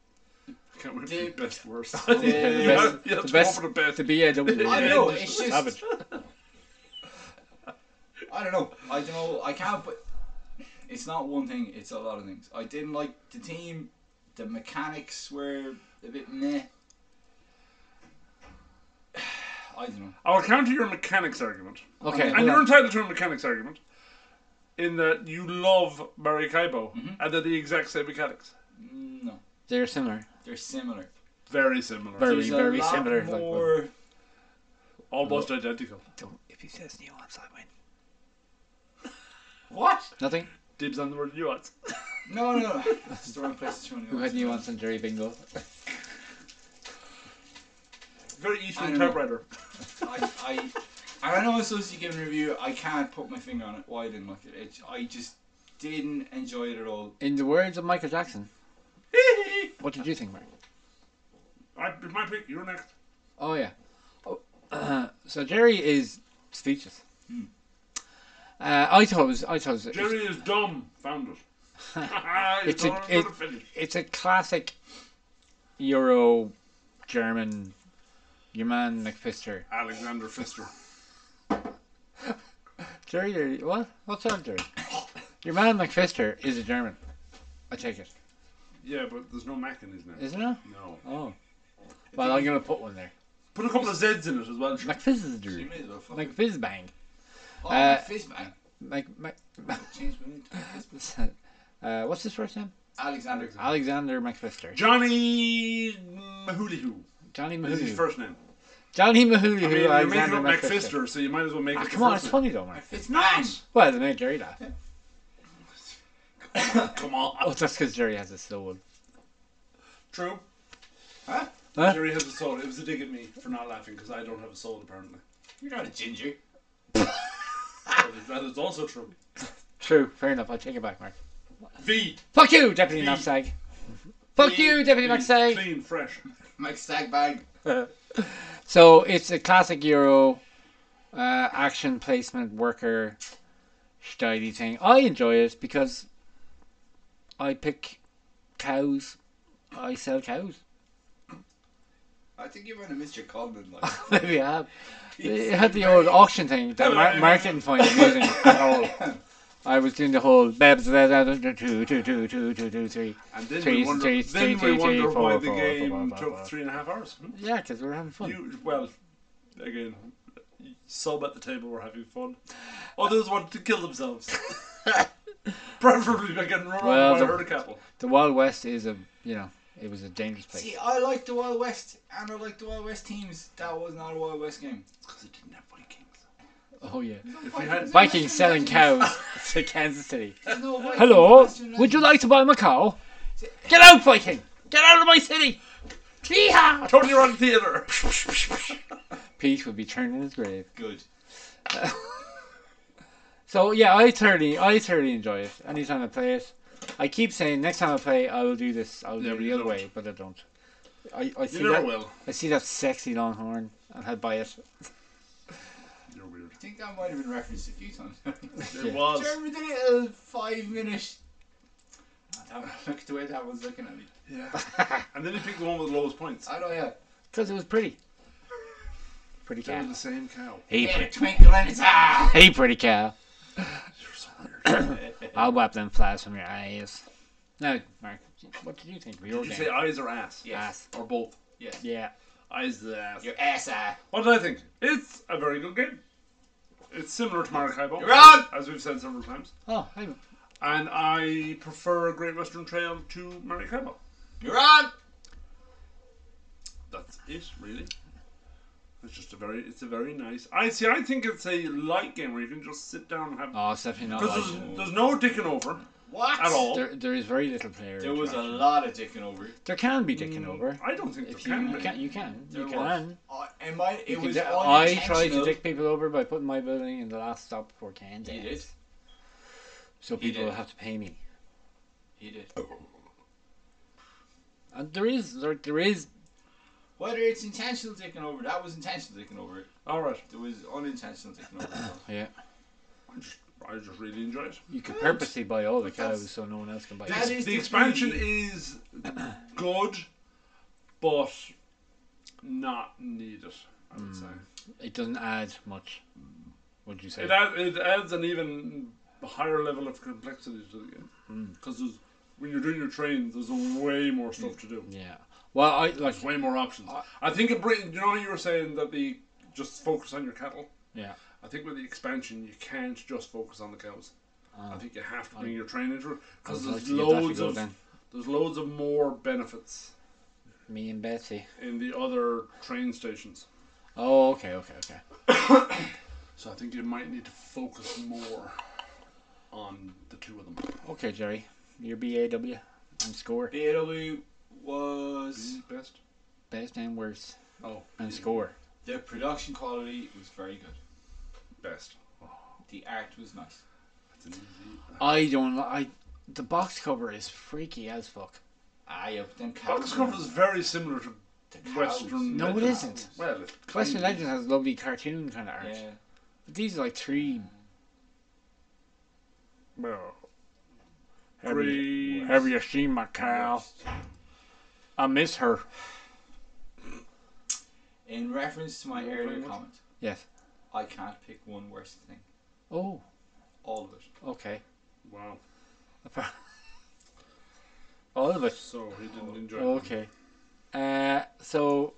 Speaker 2: Can't wait for
Speaker 3: The-
Speaker 2: the best worst.
Speaker 3: the
Speaker 2: you have, you have
Speaker 1: the
Speaker 2: to
Speaker 1: best-
Speaker 2: go for the best.
Speaker 1: The BAW.
Speaker 3: I know. It's just.
Speaker 1: Savage.
Speaker 3: I don't know. I don't know. I can't. But it's not one thing. It's a lot of things. I didn't like the team. The mechanics were a bit meh. I don't know.
Speaker 2: I'll counter your mechanics argument.
Speaker 1: Okay.
Speaker 2: And
Speaker 1: hold
Speaker 2: you're
Speaker 1: on.
Speaker 2: entitled to a mechanics argument in that you love Maracaibo and they're the exact same mechanics.
Speaker 3: Mm, No,
Speaker 1: They're similar.
Speaker 3: they're similar.
Speaker 2: Very similar.
Speaker 1: Very-
Speaker 3: There's a
Speaker 1: very
Speaker 3: lot
Speaker 1: similar, like,
Speaker 3: More.
Speaker 2: Almost identical.
Speaker 1: Don't, if he says nuance, I win.
Speaker 3: what?
Speaker 1: Nothing?
Speaker 2: Dibs on the word nuance.
Speaker 3: No, no, no. It's the wrong place to turn.
Speaker 1: Who had nuance on Jerry Bingo?
Speaker 2: Very
Speaker 3: I
Speaker 2: Eastern
Speaker 3: don't know.
Speaker 2: typewriter.
Speaker 3: I, I, and I know it's supposed to give a review. I can't put my finger on it. Why I didn't like it. it I just didn't enjoy it at all.
Speaker 1: In the words of Michael Jackson, what did you think, Mark?
Speaker 2: I, it's my pick. You're next.
Speaker 1: Oh yeah. Oh, so Jerry is speechless. Uh, I thought it was. I thought it was. It's,
Speaker 2: Hmm. Jerry is dumb. Found it.
Speaker 1: It's
Speaker 2: it's
Speaker 1: a-
Speaker 2: a,
Speaker 1: it-
Speaker 2: it, finish.
Speaker 1: it's a classic Euro German. Your man McPhister.
Speaker 2: Alexander Fister.
Speaker 1: Jerry, Jerry, what? What's up, Jerry? Your man McPhister is a German. I take it.
Speaker 2: Yeah, but there's no Mac in his name.
Speaker 1: Isn't it?
Speaker 2: No.
Speaker 1: Oh. Well, I'm going to put one there.
Speaker 2: Put a couple of Z's in it as well.
Speaker 3: So you
Speaker 1: McPhister.
Speaker 3: may as well fuck it.
Speaker 1: McPhizzbang.
Speaker 3: Oh,
Speaker 1: uh,
Speaker 3: fizz bang.
Speaker 1: Mc, Mc,
Speaker 3: Change my name to fizz-
Speaker 1: uh, what's his first name?
Speaker 3: Alexander.
Speaker 1: Alexander McPhister.
Speaker 2: Johnny Mahulihu
Speaker 1: Johnny
Speaker 2: is his
Speaker 1: Mahulu.
Speaker 2: first name.
Speaker 1: Johnny Mahulu
Speaker 2: I mean, you're making
Speaker 1: Alexander
Speaker 2: up
Speaker 1: McPhister.
Speaker 2: McPhister, so you might as well make
Speaker 1: Ah,
Speaker 2: it the
Speaker 1: come on, it's
Speaker 2: first name.
Speaker 1: funny though, man.
Speaker 3: It's not.
Speaker 1: Well, they made Jerry laugh.
Speaker 2: Come on.
Speaker 1: Oh, that's because Jerry has a soul.
Speaker 2: True.
Speaker 3: Huh?
Speaker 1: Huh?
Speaker 2: Jerry has a soul. It was a dig at me for not laughing because I don't have a soul apparently.
Speaker 3: You're not a ginger.
Speaker 2: But that is also true.
Speaker 1: True, fair enough. I'll take it back, Mark.
Speaker 2: V.
Speaker 1: Fuck you, Deputy
Speaker 2: He-
Speaker 1: Knapsack. Fuck you, Deputy
Speaker 2: Clean,
Speaker 1: Knapsack.
Speaker 2: Clean, fresh.
Speaker 3: Mike Stag Bag.
Speaker 1: So it's a classic Euro uh, action placement worker styley thing. I enjoy it because I pick cows. I sell cows.
Speaker 3: I think you might have missed your comment. Like,
Speaker 1: Maybe I have. It had the old auction thing that Mar- Mark didn't find amusing at all. I was doing the whole babs, two, two, two, two, two, two, three.
Speaker 2: And then
Speaker 1: Three,
Speaker 2: we wonder,
Speaker 1: three,
Speaker 2: then
Speaker 1: three,
Speaker 2: we wonder
Speaker 1: three,
Speaker 2: why
Speaker 1: four,
Speaker 2: the
Speaker 1: four,
Speaker 2: game
Speaker 1: four, four,
Speaker 2: took
Speaker 1: four.
Speaker 2: three and a half hours. Hmm?
Speaker 1: Yeah, because we were having fun.
Speaker 2: You, well, again, sub at the table were having fun. Others wanted to kill themselves. Preferably by getting run
Speaker 1: Well,
Speaker 2: over
Speaker 1: the-
Speaker 2: by a herd of cattle.
Speaker 1: The Wild West is a, you know, it was a dangerous place.
Speaker 3: See, I like the Wild West, and I like the Wild West teams. That was not a Wild West game.
Speaker 2: Because it didn't have Vikings.
Speaker 1: Oh yeah.
Speaker 2: If we had
Speaker 1: Vikings selling cows to Kansas City.
Speaker 3: There's no Vikings,
Speaker 1: Hello,
Speaker 3: Western
Speaker 1: would you
Speaker 3: Legends.
Speaker 1: like to buy my cow? Get out, Viking! Get out of my city! Yeehaw!
Speaker 2: Tony Run Theatre!
Speaker 1: Pete would be turned in his grave.
Speaker 3: Good.
Speaker 1: So yeah, I thoroughly, I thoroughly enjoy it. Anytime I play it, I keep saying next time I play, I will do this. I'll do
Speaker 2: Yeah, but
Speaker 1: it the
Speaker 2: you
Speaker 1: other
Speaker 2: don't.
Speaker 1: way, but I don't. I, I see
Speaker 2: You
Speaker 1: that.
Speaker 2: never will.
Speaker 1: I see that sexy long horn, and I buy it.
Speaker 2: You're weird.
Speaker 3: I think that might have been referenced a few times.
Speaker 2: There was.
Speaker 3: Jeremy did it a five minute. That one- Look at the way that one's looking at me.
Speaker 2: Yeah. and then you picked the one with the lowest points.
Speaker 3: I know, yeah.
Speaker 1: Because it was pretty. Pretty
Speaker 2: They were
Speaker 1: cow.
Speaker 2: the same cow.
Speaker 1: Hey,
Speaker 3: Yeah,
Speaker 1: pretty,
Speaker 3: twinkle in his eye.
Speaker 1: hey, pretty cow.
Speaker 2: You're so weird.
Speaker 1: I'll wipe them flies from your eyes. Now, Mark, what did you think of your
Speaker 2: Did you
Speaker 1: game?
Speaker 2: say eyes or ass?
Speaker 3: Yes.
Speaker 2: Or both.
Speaker 3: Yes.
Speaker 1: Yeah.
Speaker 2: Eyes the ass.
Speaker 3: Your ass eye.
Speaker 2: What did I think? It's a very good game. It's similar to Maracaibo.
Speaker 3: You're on!
Speaker 2: As we've said several times.
Speaker 1: Oh, hey.
Speaker 2: And I prefer Great Western Trail to Maracaibo.
Speaker 3: You're on.
Speaker 2: That's it, really. It's just a very, it's a very nice. I see. I think it's a light game where you can just sit down and have.
Speaker 1: Oh, it's definitely not
Speaker 2: Because
Speaker 1: like
Speaker 2: there's, there's no dicking over
Speaker 3: What?
Speaker 2: at all.
Speaker 1: there, there is very little player.
Speaker 3: There was a
Speaker 1: interaction.
Speaker 3: lot of dicking over. it.
Speaker 1: There can be
Speaker 2: Mm.
Speaker 1: dicking over.
Speaker 2: I don't think
Speaker 1: Mm.
Speaker 2: there
Speaker 1: If you,
Speaker 2: can
Speaker 1: you
Speaker 2: be.
Speaker 1: can, you can, you
Speaker 3: There
Speaker 1: can.
Speaker 3: Uh, and my, it
Speaker 1: You can
Speaker 3: was
Speaker 1: di-
Speaker 3: all
Speaker 1: I tried to
Speaker 3: intentional.
Speaker 1: dick people over by putting my building in the last stop before Cairns.
Speaker 3: He did.
Speaker 1: ends. So
Speaker 3: He
Speaker 1: people
Speaker 3: did.
Speaker 1: have to pay me.
Speaker 3: He did.
Speaker 1: Oh. And there is, there, there is.
Speaker 3: Whether it's intentional taking over, that was intentional taking over. it.
Speaker 2: All right.
Speaker 3: There was unintentional taking over. as well.
Speaker 1: Yeah.
Speaker 2: I just, I just really enjoy it.
Speaker 1: You could
Speaker 3: Good.
Speaker 1: purposely buy all the
Speaker 3: But that's-
Speaker 1: cows so no one else can buy.
Speaker 3: That
Speaker 1: it.
Speaker 3: is
Speaker 2: the
Speaker 3: the
Speaker 2: expansion
Speaker 3: beauty.
Speaker 2: is good, but not needed. I
Speaker 1: Hmm.
Speaker 2: would say.
Speaker 1: It doesn't add much. Would you say?
Speaker 2: It, add, it adds an even higher level of complexity to the game.
Speaker 1: Hmm.
Speaker 2: Because when you're doing your train, there's way more stuff to do.
Speaker 1: Yeah. Well, I like.
Speaker 2: There's way more options. I think it brings, you know, you were saying that the just focus on your cattle.
Speaker 1: Yeah.
Speaker 2: I think with the expansion, you can't just focus on the cows. I think you have to bring your train into it because
Speaker 1: Ah. I'd like
Speaker 2: there's
Speaker 1: to give that a
Speaker 2: loads
Speaker 1: go
Speaker 2: of
Speaker 1: then.
Speaker 2: there's loads of more benefits
Speaker 1: Me and Betsy.
Speaker 2: in the other train stations.
Speaker 1: Oh, okay, okay, okay.
Speaker 2: So I think you might need to focus more on the two of them.
Speaker 1: Okay, Jerry. Your BAW and score.
Speaker 3: BW was
Speaker 2: Best.
Speaker 1: Best and worst
Speaker 2: Oh,
Speaker 1: and score.
Speaker 3: the production quality was very good.
Speaker 2: best.
Speaker 3: The art was nice.
Speaker 2: It's an easy.
Speaker 1: I don't. li- I. The box cover is freaky as fuck.
Speaker 3: Ah, yeah, but them cows.
Speaker 2: Box cover is very similar to
Speaker 3: the cows.
Speaker 2: Western.
Speaker 1: No, it
Speaker 2: Legends.
Speaker 1: isn't.
Speaker 2: Well, it
Speaker 1: Western
Speaker 2: kinda-
Speaker 1: Legends has lovely cartoon kind of art.
Speaker 3: Yeah.
Speaker 1: But these are like three. Well, have,
Speaker 2: Three.
Speaker 1: you, have you seen my cow? I miss her.
Speaker 3: In reference to my
Speaker 2: You're
Speaker 3: earlier
Speaker 2: playing with-
Speaker 3: comment,
Speaker 1: Yes.
Speaker 3: I can't pick one worst thing.
Speaker 1: Oh,
Speaker 3: All of it.
Speaker 1: okay.
Speaker 2: Wow.
Speaker 1: Oh,
Speaker 2: he didn't enjoy it.
Speaker 1: Okay. Uh, so,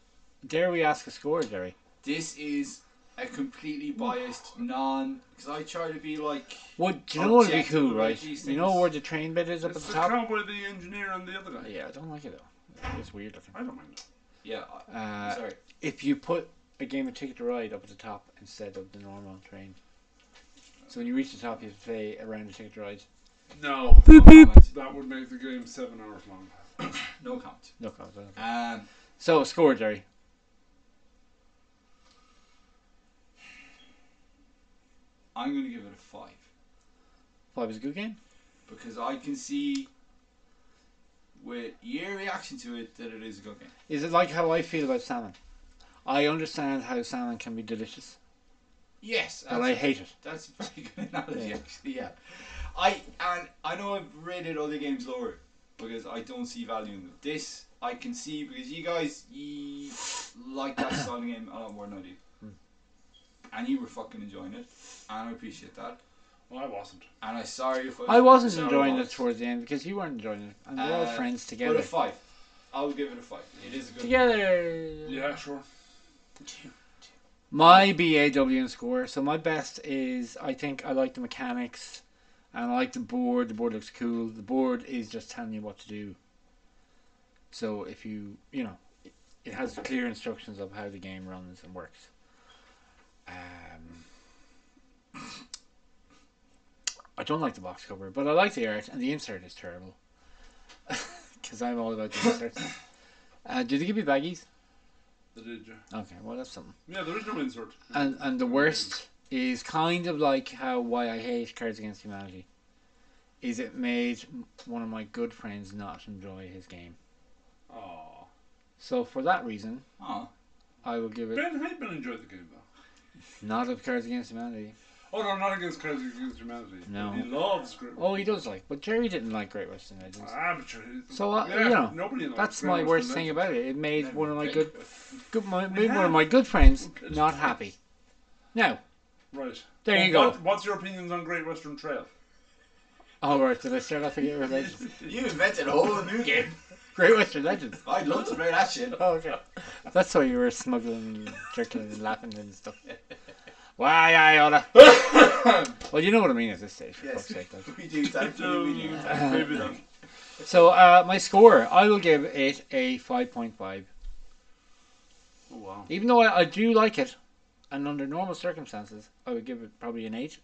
Speaker 1: dare we ask a score, Jerry?
Speaker 3: This is a completely biased, non. Because I try to be like.
Speaker 1: Would do you know what would be
Speaker 3: Objective
Speaker 1: cool,
Speaker 3: about
Speaker 1: right?
Speaker 3: these
Speaker 1: You know
Speaker 3: things.
Speaker 1: where the train bit is up
Speaker 2: It's
Speaker 1: at the
Speaker 2: the
Speaker 1: top? Uh,
Speaker 2: cowboy, the engineer, and the other guy.
Speaker 1: Yeah, I don't like it though. It's weird looking.
Speaker 2: I don't mind.
Speaker 3: Yeah, I,
Speaker 1: Uh,
Speaker 3: sorry.
Speaker 1: If you put a game of Ticket to Ride up at the top instead of the normal train. So when you reach the top, you play around the Ticket to Ride.
Speaker 2: No,
Speaker 3: No comment.
Speaker 2: that would make the game seven hours long.
Speaker 3: No comment.
Speaker 1: No comment. I don't know.
Speaker 3: Um,
Speaker 1: So, score, Jerry.
Speaker 3: I'm going to give it a five
Speaker 1: Five is a good game.
Speaker 3: because I can see with your reaction to it that it is a good game.
Speaker 1: Is it like how I feel about salmon? I understand how salmon can be delicious,
Speaker 3: Yes,
Speaker 1: but I hate it.
Speaker 3: That's a very good analogy,
Speaker 1: Yeah.
Speaker 3: actually. Yeah, I and I know I've rated other games lower because I don't see value in them. This I can see because you guys you like that style of game a lot more than I do,
Speaker 1: Hmm.
Speaker 3: and you were fucking enjoying it, and I appreciate that.
Speaker 2: Well, I wasn't.
Speaker 3: And I'm sorry if I, was
Speaker 1: I wasn't
Speaker 3: sorry
Speaker 1: enjoying it
Speaker 3: was.
Speaker 1: towards the end because you weren't enjoying it, and we're all
Speaker 3: Uh,
Speaker 1: friends
Speaker 3: But
Speaker 1: together.
Speaker 3: a five, I will give it a five. It is a good.
Speaker 1: Together.
Speaker 2: Yeah, sure.
Speaker 1: My BAW score. So my best is I think I like the mechanics, and I like the board. The board looks cool. The board is just telling you what to do. So if you you know, it, it has clear instructions of how the game runs and works. Um, I don't like the box cover, but I like the art, and the insert is terrible. Because I'm all about the inserts. Uh, did they give you baggies?
Speaker 2: They did, yeah.
Speaker 1: Okay, well that's something.
Speaker 2: Yeah, there is no insert.
Speaker 1: And and the worst is kind of like how why I hate Cards Against Humanity. Is it made m- one of my good friends not enjoy his game?
Speaker 2: Oh.
Speaker 1: So for that reason,
Speaker 3: Oh,
Speaker 1: I will give it
Speaker 2: Ben Hyman enjoyed the game, though.
Speaker 1: not of Cards Against Humanity.
Speaker 2: Oh, no, not against Cards Against Humanity.
Speaker 1: No.
Speaker 2: He loves Great
Speaker 1: Oh, he does like, but Jerry didn't like Great Western Legends.
Speaker 2: Amateur.
Speaker 1: So, uh,
Speaker 2: yeah,
Speaker 1: you know,
Speaker 2: nobody likes
Speaker 1: That's
Speaker 2: Great
Speaker 1: my
Speaker 2: Western
Speaker 1: worst thing
Speaker 2: Legends.
Speaker 1: about it. It made one of my good, good my, made one
Speaker 2: Yeah.
Speaker 1: of my good friends
Speaker 2: Okay.
Speaker 1: not happy. Now
Speaker 2: Right.
Speaker 1: there you
Speaker 2: Well,
Speaker 1: go.
Speaker 2: what- what's your opinions on Great Western Trail?
Speaker 1: All right, did I start off with Great Western Legends?
Speaker 3: you invented a whole new game.
Speaker 1: Great Western Legends.
Speaker 3: I'd love to play that shit.
Speaker 1: Oh, okay. That's why you were smuggling, jerking, and laughing and stuff. Why, I oughta. well, you know what I mean at this stage, for
Speaker 3: Yes.
Speaker 1: fuck's sake. like.
Speaker 3: We do. Thank you. We do. Thank you.
Speaker 2: Maybe not.
Speaker 1: So, uh, my score, I will give it a 5.5.
Speaker 2: Oh, wow.
Speaker 1: Even though I, I do like it, and under normal circumstances, I would give it probably an 8.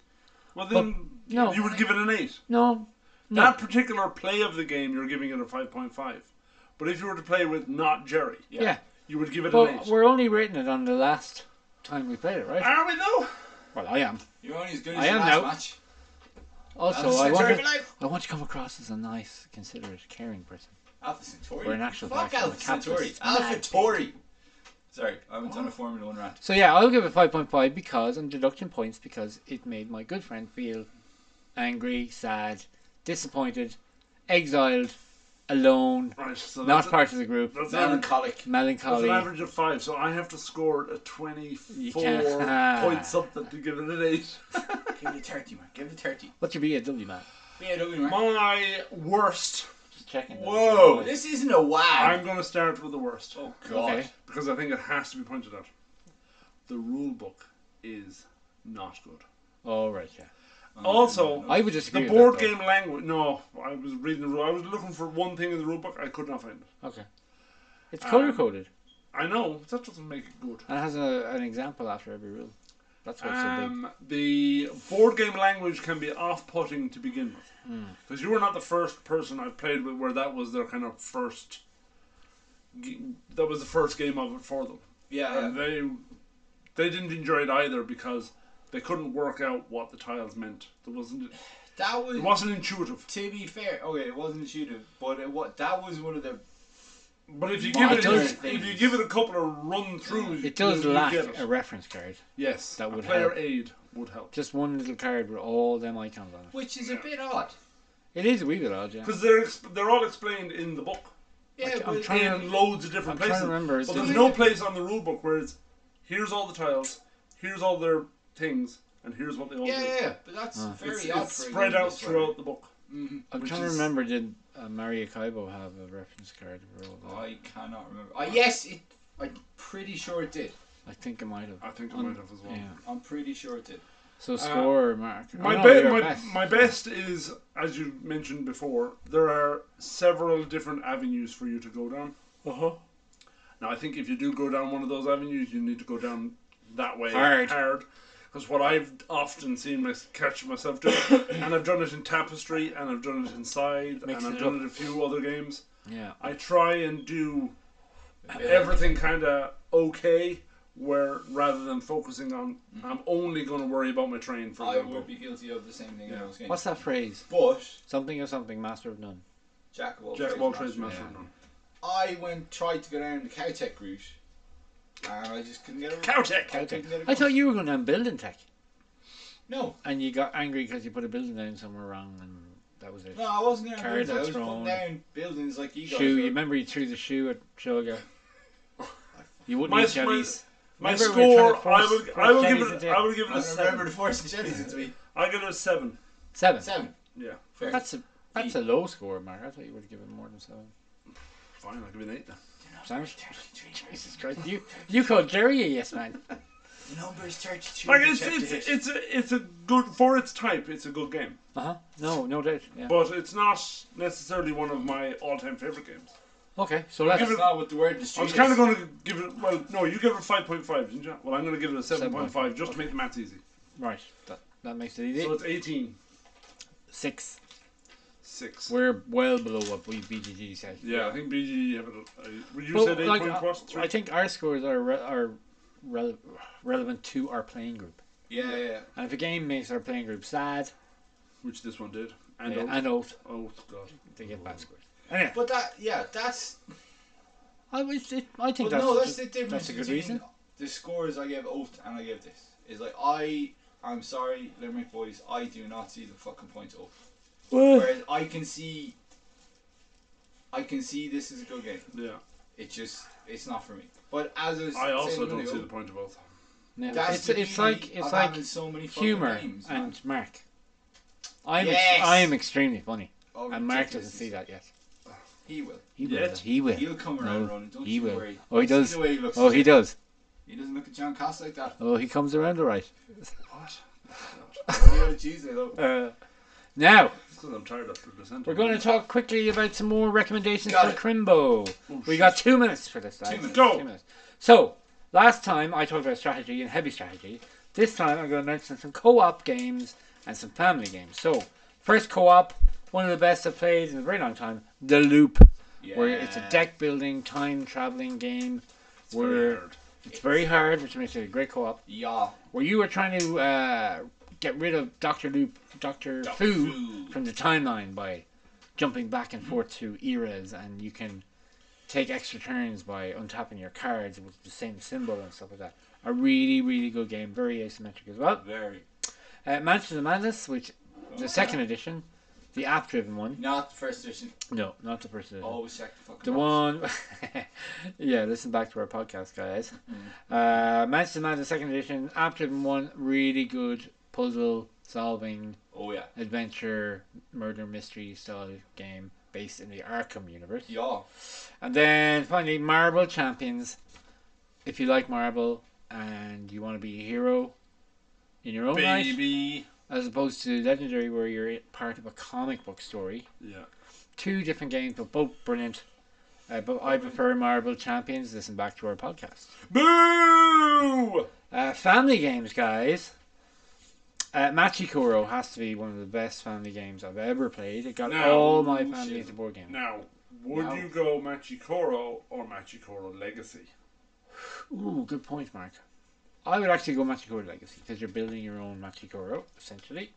Speaker 2: Well, then
Speaker 1: no.
Speaker 2: you would give it an 8.
Speaker 1: No, no.
Speaker 2: That particular play of the game, you're giving it a 5.5. But if you were to play with not Jerry,
Speaker 1: yeah.
Speaker 2: you would give it an
Speaker 1: But
Speaker 2: 8.
Speaker 1: we're only rating it on the last time we played it, right?
Speaker 2: Are we, though?
Speaker 1: Well, I am.
Speaker 3: You're only as good
Speaker 1: I
Speaker 3: as your
Speaker 1: am
Speaker 3: last
Speaker 1: now.
Speaker 3: match.
Speaker 1: Also,
Speaker 3: That's
Speaker 1: I
Speaker 3: the
Speaker 1: want,
Speaker 3: story of my
Speaker 1: to,
Speaker 3: life.
Speaker 1: I want to come across as a nice, considerate, caring person.
Speaker 3: Alpha Centauri.
Speaker 1: We're an actual
Speaker 3: Fuck
Speaker 1: faction,
Speaker 3: Alpha
Speaker 1: the capitalist
Speaker 3: Centauri.
Speaker 1: mad
Speaker 3: Alpha Tauri. Sorry, I went on a Formula One rant.
Speaker 1: So yeah, I'll give it five point five because I'm deducting points because it made my good friend feel angry, sad, disappointed, exiled, alone,
Speaker 2: Right, so
Speaker 1: not
Speaker 2: that's,
Speaker 1: part of the group,
Speaker 2: that's, an average,
Speaker 3: Melancholic.
Speaker 2: that's
Speaker 1: melancholy.
Speaker 2: an average of 5, so I have to score a 24
Speaker 1: can't.
Speaker 2: point something to give it an 8.
Speaker 3: Give it 30, man. Give it 30.
Speaker 1: What's your BAW man?
Speaker 3: BAW, man.
Speaker 2: My worst.
Speaker 1: Just checking.
Speaker 2: Whoa.
Speaker 3: This isn't a wag.
Speaker 2: I'm going to start with the worst.
Speaker 3: Oh, God.
Speaker 1: Okay.
Speaker 2: because I think it has to be pointed out. The rule book is not good.
Speaker 1: All right, yeah.
Speaker 2: also,
Speaker 1: I would disagree.
Speaker 2: the
Speaker 1: with
Speaker 2: board
Speaker 1: that,
Speaker 2: game language. No, I was reading the rule. I was looking for one thing in the rule book. I could not find it.
Speaker 1: though. Okay. It's color coded
Speaker 2: I know but that doesn't make it good.
Speaker 1: and it has a, an example after every rule. That's what's so big.
Speaker 2: Um, the board game language can be off-putting to begin with,
Speaker 1: Hmm.
Speaker 2: because you were not the first person I played with where that was their kind of first. g- That was the first game of it for them.
Speaker 3: Yeah,
Speaker 2: and
Speaker 3: yeah.
Speaker 2: they they didn't enjoy it either because they couldn't work out what the tiles meant. There wasn't
Speaker 3: That was,
Speaker 2: it wasn't intuitive.
Speaker 3: to be fair, okay, it wasn't intuitive, but it, what, that was one of the.
Speaker 2: But if you give it,
Speaker 1: Minor
Speaker 2: if you
Speaker 3: things.
Speaker 2: give it a couple of run throughs,
Speaker 1: It does
Speaker 2: you, you
Speaker 1: lack
Speaker 2: get it.
Speaker 1: a reference card.
Speaker 2: yes,
Speaker 1: that
Speaker 2: a
Speaker 1: would
Speaker 2: player
Speaker 1: help.
Speaker 2: aid would help
Speaker 1: Just one little card with all them icons on
Speaker 3: Which is a bit odd.
Speaker 1: it. It is a wee bit odd, yeah.
Speaker 2: because they're ex- they're all explained in the book
Speaker 3: Yeah,
Speaker 1: I'm
Speaker 3: but
Speaker 1: trying-
Speaker 2: in loads of
Speaker 1: I'm
Speaker 2: different
Speaker 1: trying to
Speaker 2: places.
Speaker 1: remember,
Speaker 2: but
Speaker 1: did
Speaker 2: there's
Speaker 1: we-
Speaker 2: no place on the rule book where it's here's all the tiles, here's all their things, and here's what they all
Speaker 3: yeah,
Speaker 2: do.
Speaker 3: yeah, yeah, but that's very
Speaker 2: It's,
Speaker 1: Ah.
Speaker 3: odd.
Speaker 2: it's
Speaker 3: for a
Speaker 2: spread
Speaker 3: game
Speaker 2: out
Speaker 3: this way.
Speaker 2: throughout the book.
Speaker 1: I'm
Speaker 2: Which
Speaker 1: trying
Speaker 2: is-
Speaker 1: to remember. Did uh, Mario Kaibo have a reference card for all that?
Speaker 3: I cannot remember. Uh, yes, it, I'm pretty sure it did.
Speaker 1: I think it might have.
Speaker 2: I think I
Speaker 3: Um,
Speaker 2: might have as well.
Speaker 1: Yeah.
Speaker 3: I'm pretty sure it did.
Speaker 1: So score, Mark.
Speaker 2: uh, My,
Speaker 1: oh, no,
Speaker 2: be-
Speaker 1: your
Speaker 2: my,
Speaker 1: best.
Speaker 2: my best is, as you mentioned before, there are several different avenues for you to go down.
Speaker 1: Uh huh.
Speaker 2: Now, I think if you do go down one of those avenues, you need to go down that way
Speaker 1: Hard.
Speaker 2: Because what I've often seen my, catch myself doing, and I've done it in Tapestry, and I've done it inside,
Speaker 1: Mixing
Speaker 2: and I've
Speaker 1: it
Speaker 2: done
Speaker 1: up.
Speaker 2: it a few other games.
Speaker 1: Yeah.
Speaker 2: I try and do everything kind of okay, where rather than focusing on,
Speaker 1: Mm-hmm.
Speaker 2: I'm only going to worry about my train for
Speaker 3: I
Speaker 2: example.
Speaker 3: would be guilty of the same thing in those games.
Speaker 1: What's that phrase?
Speaker 3: But
Speaker 1: Something or something, master of none.
Speaker 3: Jack of all
Speaker 2: Jack
Speaker 3: trades,
Speaker 2: of all
Speaker 3: master
Speaker 2: trades,
Speaker 3: of none.
Speaker 2: master of
Speaker 1: Yeah.
Speaker 2: none.
Speaker 3: I went tried to go down the Caltech route, and I just couldn't get it.
Speaker 2: Caltech.
Speaker 3: I couldn't get it
Speaker 1: I thought you were going down building tech,
Speaker 3: no,
Speaker 1: and you got angry because you put a building down somewhere wrong, and that was it.
Speaker 3: no, I wasn't going
Speaker 1: Carrots
Speaker 3: to. I was
Speaker 1: thrown.
Speaker 3: putting down buildings like you guys.
Speaker 1: shoe.
Speaker 3: were.
Speaker 1: You remember you threw the shoe at Shoga. You wouldn't
Speaker 2: My-
Speaker 1: eat jellies.
Speaker 2: My
Speaker 1: Remember we were trying
Speaker 2: score,
Speaker 1: to
Speaker 2: I
Speaker 1: force-
Speaker 2: will,
Speaker 1: force
Speaker 2: I will
Speaker 1: Jenny's
Speaker 2: give it,
Speaker 1: into-
Speaker 2: I will give it
Speaker 3: I
Speaker 2: a
Speaker 3: don't remember
Speaker 2: seven.
Speaker 3: the force and jellies into me.
Speaker 2: I give it a seven.
Speaker 1: Seven.
Speaker 3: Seven.
Speaker 2: Yeah,
Speaker 3: Fair.
Speaker 1: That's a that's a low score, Mark. I thought you would give it more than seven.
Speaker 2: fine. I give it an eight. Then.
Speaker 1: Sandwich. Jesus Christ! You you called Jerry a yes man.
Speaker 3: The number is thirty-two.
Speaker 2: Like
Speaker 3: we
Speaker 2: it's
Speaker 3: checked
Speaker 2: it's
Speaker 3: it.
Speaker 2: it's a it's a good for its type. It's a good game,
Speaker 1: Uh huh. No, no doubt. Yeah.
Speaker 2: but it's not necessarily one of my all-time favorite games.
Speaker 1: Okay, so let's.
Speaker 3: That's not what the word in the
Speaker 2: I
Speaker 3: street
Speaker 2: was kind
Speaker 3: is.
Speaker 2: of going to give it. Well, no, you give it a five point five, didn't you? Well, I'm going to give it a seven point
Speaker 1: 7.5,
Speaker 2: five just to make the maths easy.
Speaker 1: Right. That that makes it easy.
Speaker 2: So it's eighteen
Speaker 1: Six.
Speaker 2: six.
Speaker 1: We're well below what we BGG said.
Speaker 2: yeah, I think BG have it. Uh, you
Speaker 1: Well,
Speaker 2: said eight
Speaker 1: like,
Speaker 2: point
Speaker 1: uh,
Speaker 2: plus three.
Speaker 1: I think our scores are re- are rele- relevant to our playing group.
Speaker 3: Yeah, yeah, yeah.
Speaker 1: And if a game makes our playing group sad
Speaker 2: which this one did. And
Speaker 1: and, yeah,
Speaker 2: oh,
Speaker 1: and out,
Speaker 2: oh god,
Speaker 1: they get bad scores. Anyway,
Speaker 3: But that, yeah, that's.
Speaker 1: I was. It, I think
Speaker 3: But
Speaker 1: that's
Speaker 3: no,
Speaker 1: ju-
Speaker 3: that's the difference.
Speaker 1: that's a good
Speaker 3: between
Speaker 1: reason.
Speaker 3: The scores I gave Oath and I gave this is like I. I'm sorry, Limerick boys. I do not see the fucking point of. Whereas I can see. I can see this is a good game.
Speaker 2: yeah.
Speaker 3: It just it's not for me. But as I, was
Speaker 2: I
Speaker 3: saying
Speaker 2: also
Speaker 3: a
Speaker 2: don't
Speaker 3: minute
Speaker 2: see
Speaker 3: ago,
Speaker 2: the point of both.
Speaker 1: Yeah,
Speaker 3: That's
Speaker 1: it's
Speaker 3: the
Speaker 1: it's
Speaker 3: beauty
Speaker 1: like
Speaker 3: of
Speaker 1: it's like
Speaker 3: having so many fucking
Speaker 1: humor
Speaker 3: games, man.
Speaker 1: and Mark. I'm ex-
Speaker 3: Yes!
Speaker 1: I am extremely funny,
Speaker 3: Oh,
Speaker 1: and Mark
Speaker 3: ridiculous.
Speaker 1: doesn't see that yet.
Speaker 3: He will.
Speaker 1: He will.
Speaker 2: Yet?
Speaker 1: He will.
Speaker 3: He'll come around,
Speaker 1: No,
Speaker 3: Ronan. Don't
Speaker 1: he
Speaker 3: you
Speaker 1: will.
Speaker 3: worry.
Speaker 1: Oh, he
Speaker 3: See
Speaker 1: does.
Speaker 3: The way he looks
Speaker 1: Oh, he does.
Speaker 3: He doesn't look at John Cost like that.
Speaker 1: Oh, he comes around all right.
Speaker 2: What?
Speaker 3: Oh, Tuesday though.
Speaker 1: Uh, now
Speaker 2: Because I'm tired after the sentence.
Speaker 1: we're going to talk quickly about some more recommendations
Speaker 3: Got
Speaker 1: for
Speaker 3: it.
Speaker 1: Crimbo. we got two minutes for this. guys.
Speaker 3: minutes.
Speaker 2: Go.
Speaker 1: Two minutes. So last time I talked about strategy and heavy strategy. This time I'm going to mention some co-op games and some family games. So first co-op, one of the best I've played in a very long time, The Loop. where it's a
Speaker 3: Yeah.
Speaker 1: deck building, time traveling game. where
Speaker 2: Very hard.
Speaker 1: it's very hard, which makes it a great co-op.
Speaker 3: Yeah.
Speaker 1: Where you were trying to uh, get rid of Doctor Loop, Doctor Who
Speaker 3: Who.
Speaker 1: from the timeline by jumping back and forth through eras, and you can take extra turns by untapping your cards with the same symbol and stuff like that. A really, really good game, very asymmetric as well.
Speaker 3: Very.
Speaker 1: Uh, Mansion of Madness, which the
Speaker 3: yeah.
Speaker 1: second edition, the app-driven one.
Speaker 3: Not the first edition.
Speaker 1: No, not the first edition.
Speaker 3: Always check the fucking.
Speaker 1: The
Speaker 3: box.
Speaker 1: one, yeah. Listen back to our podcast, guys. Uh, Manchester Madness Second Edition, Aptivum One, really good puzzle solving
Speaker 3: Oh yeah.
Speaker 1: adventure murder mystery style game based in the Arkham universe.
Speaker 3: Yeah.
Speaker 1: And then finally, Marble Champions. If you like marble and you want to be a hero in your own right,
Speaker 2: Baby.
Speaker 1: as opposed to Legendary, where you're part of a comic book story
Speaker 2: Yeah.
Speaker 1: two different games, but both brilliant. Uh, but I prefer Marble Champions. Listen back to our podcast.
Speaker 2: Boo!
Speaker 1: Uh, family games, guys. Uh, Machikoro has to be one of the best family games I've ever played. It got
Speaker 2: No,
Speaker 1: all my family
Speaker 3: shit.
Speaker 1: into board game.
Speaker 2: Now, would
Speaker 1: Now.
Speaker 2: you go Machikoro or Machikoro Legacy?
Speaker 1: Ooh, good point, Mark. I would actually go Machikoro Legacy because you're building your own Machikoro essentially.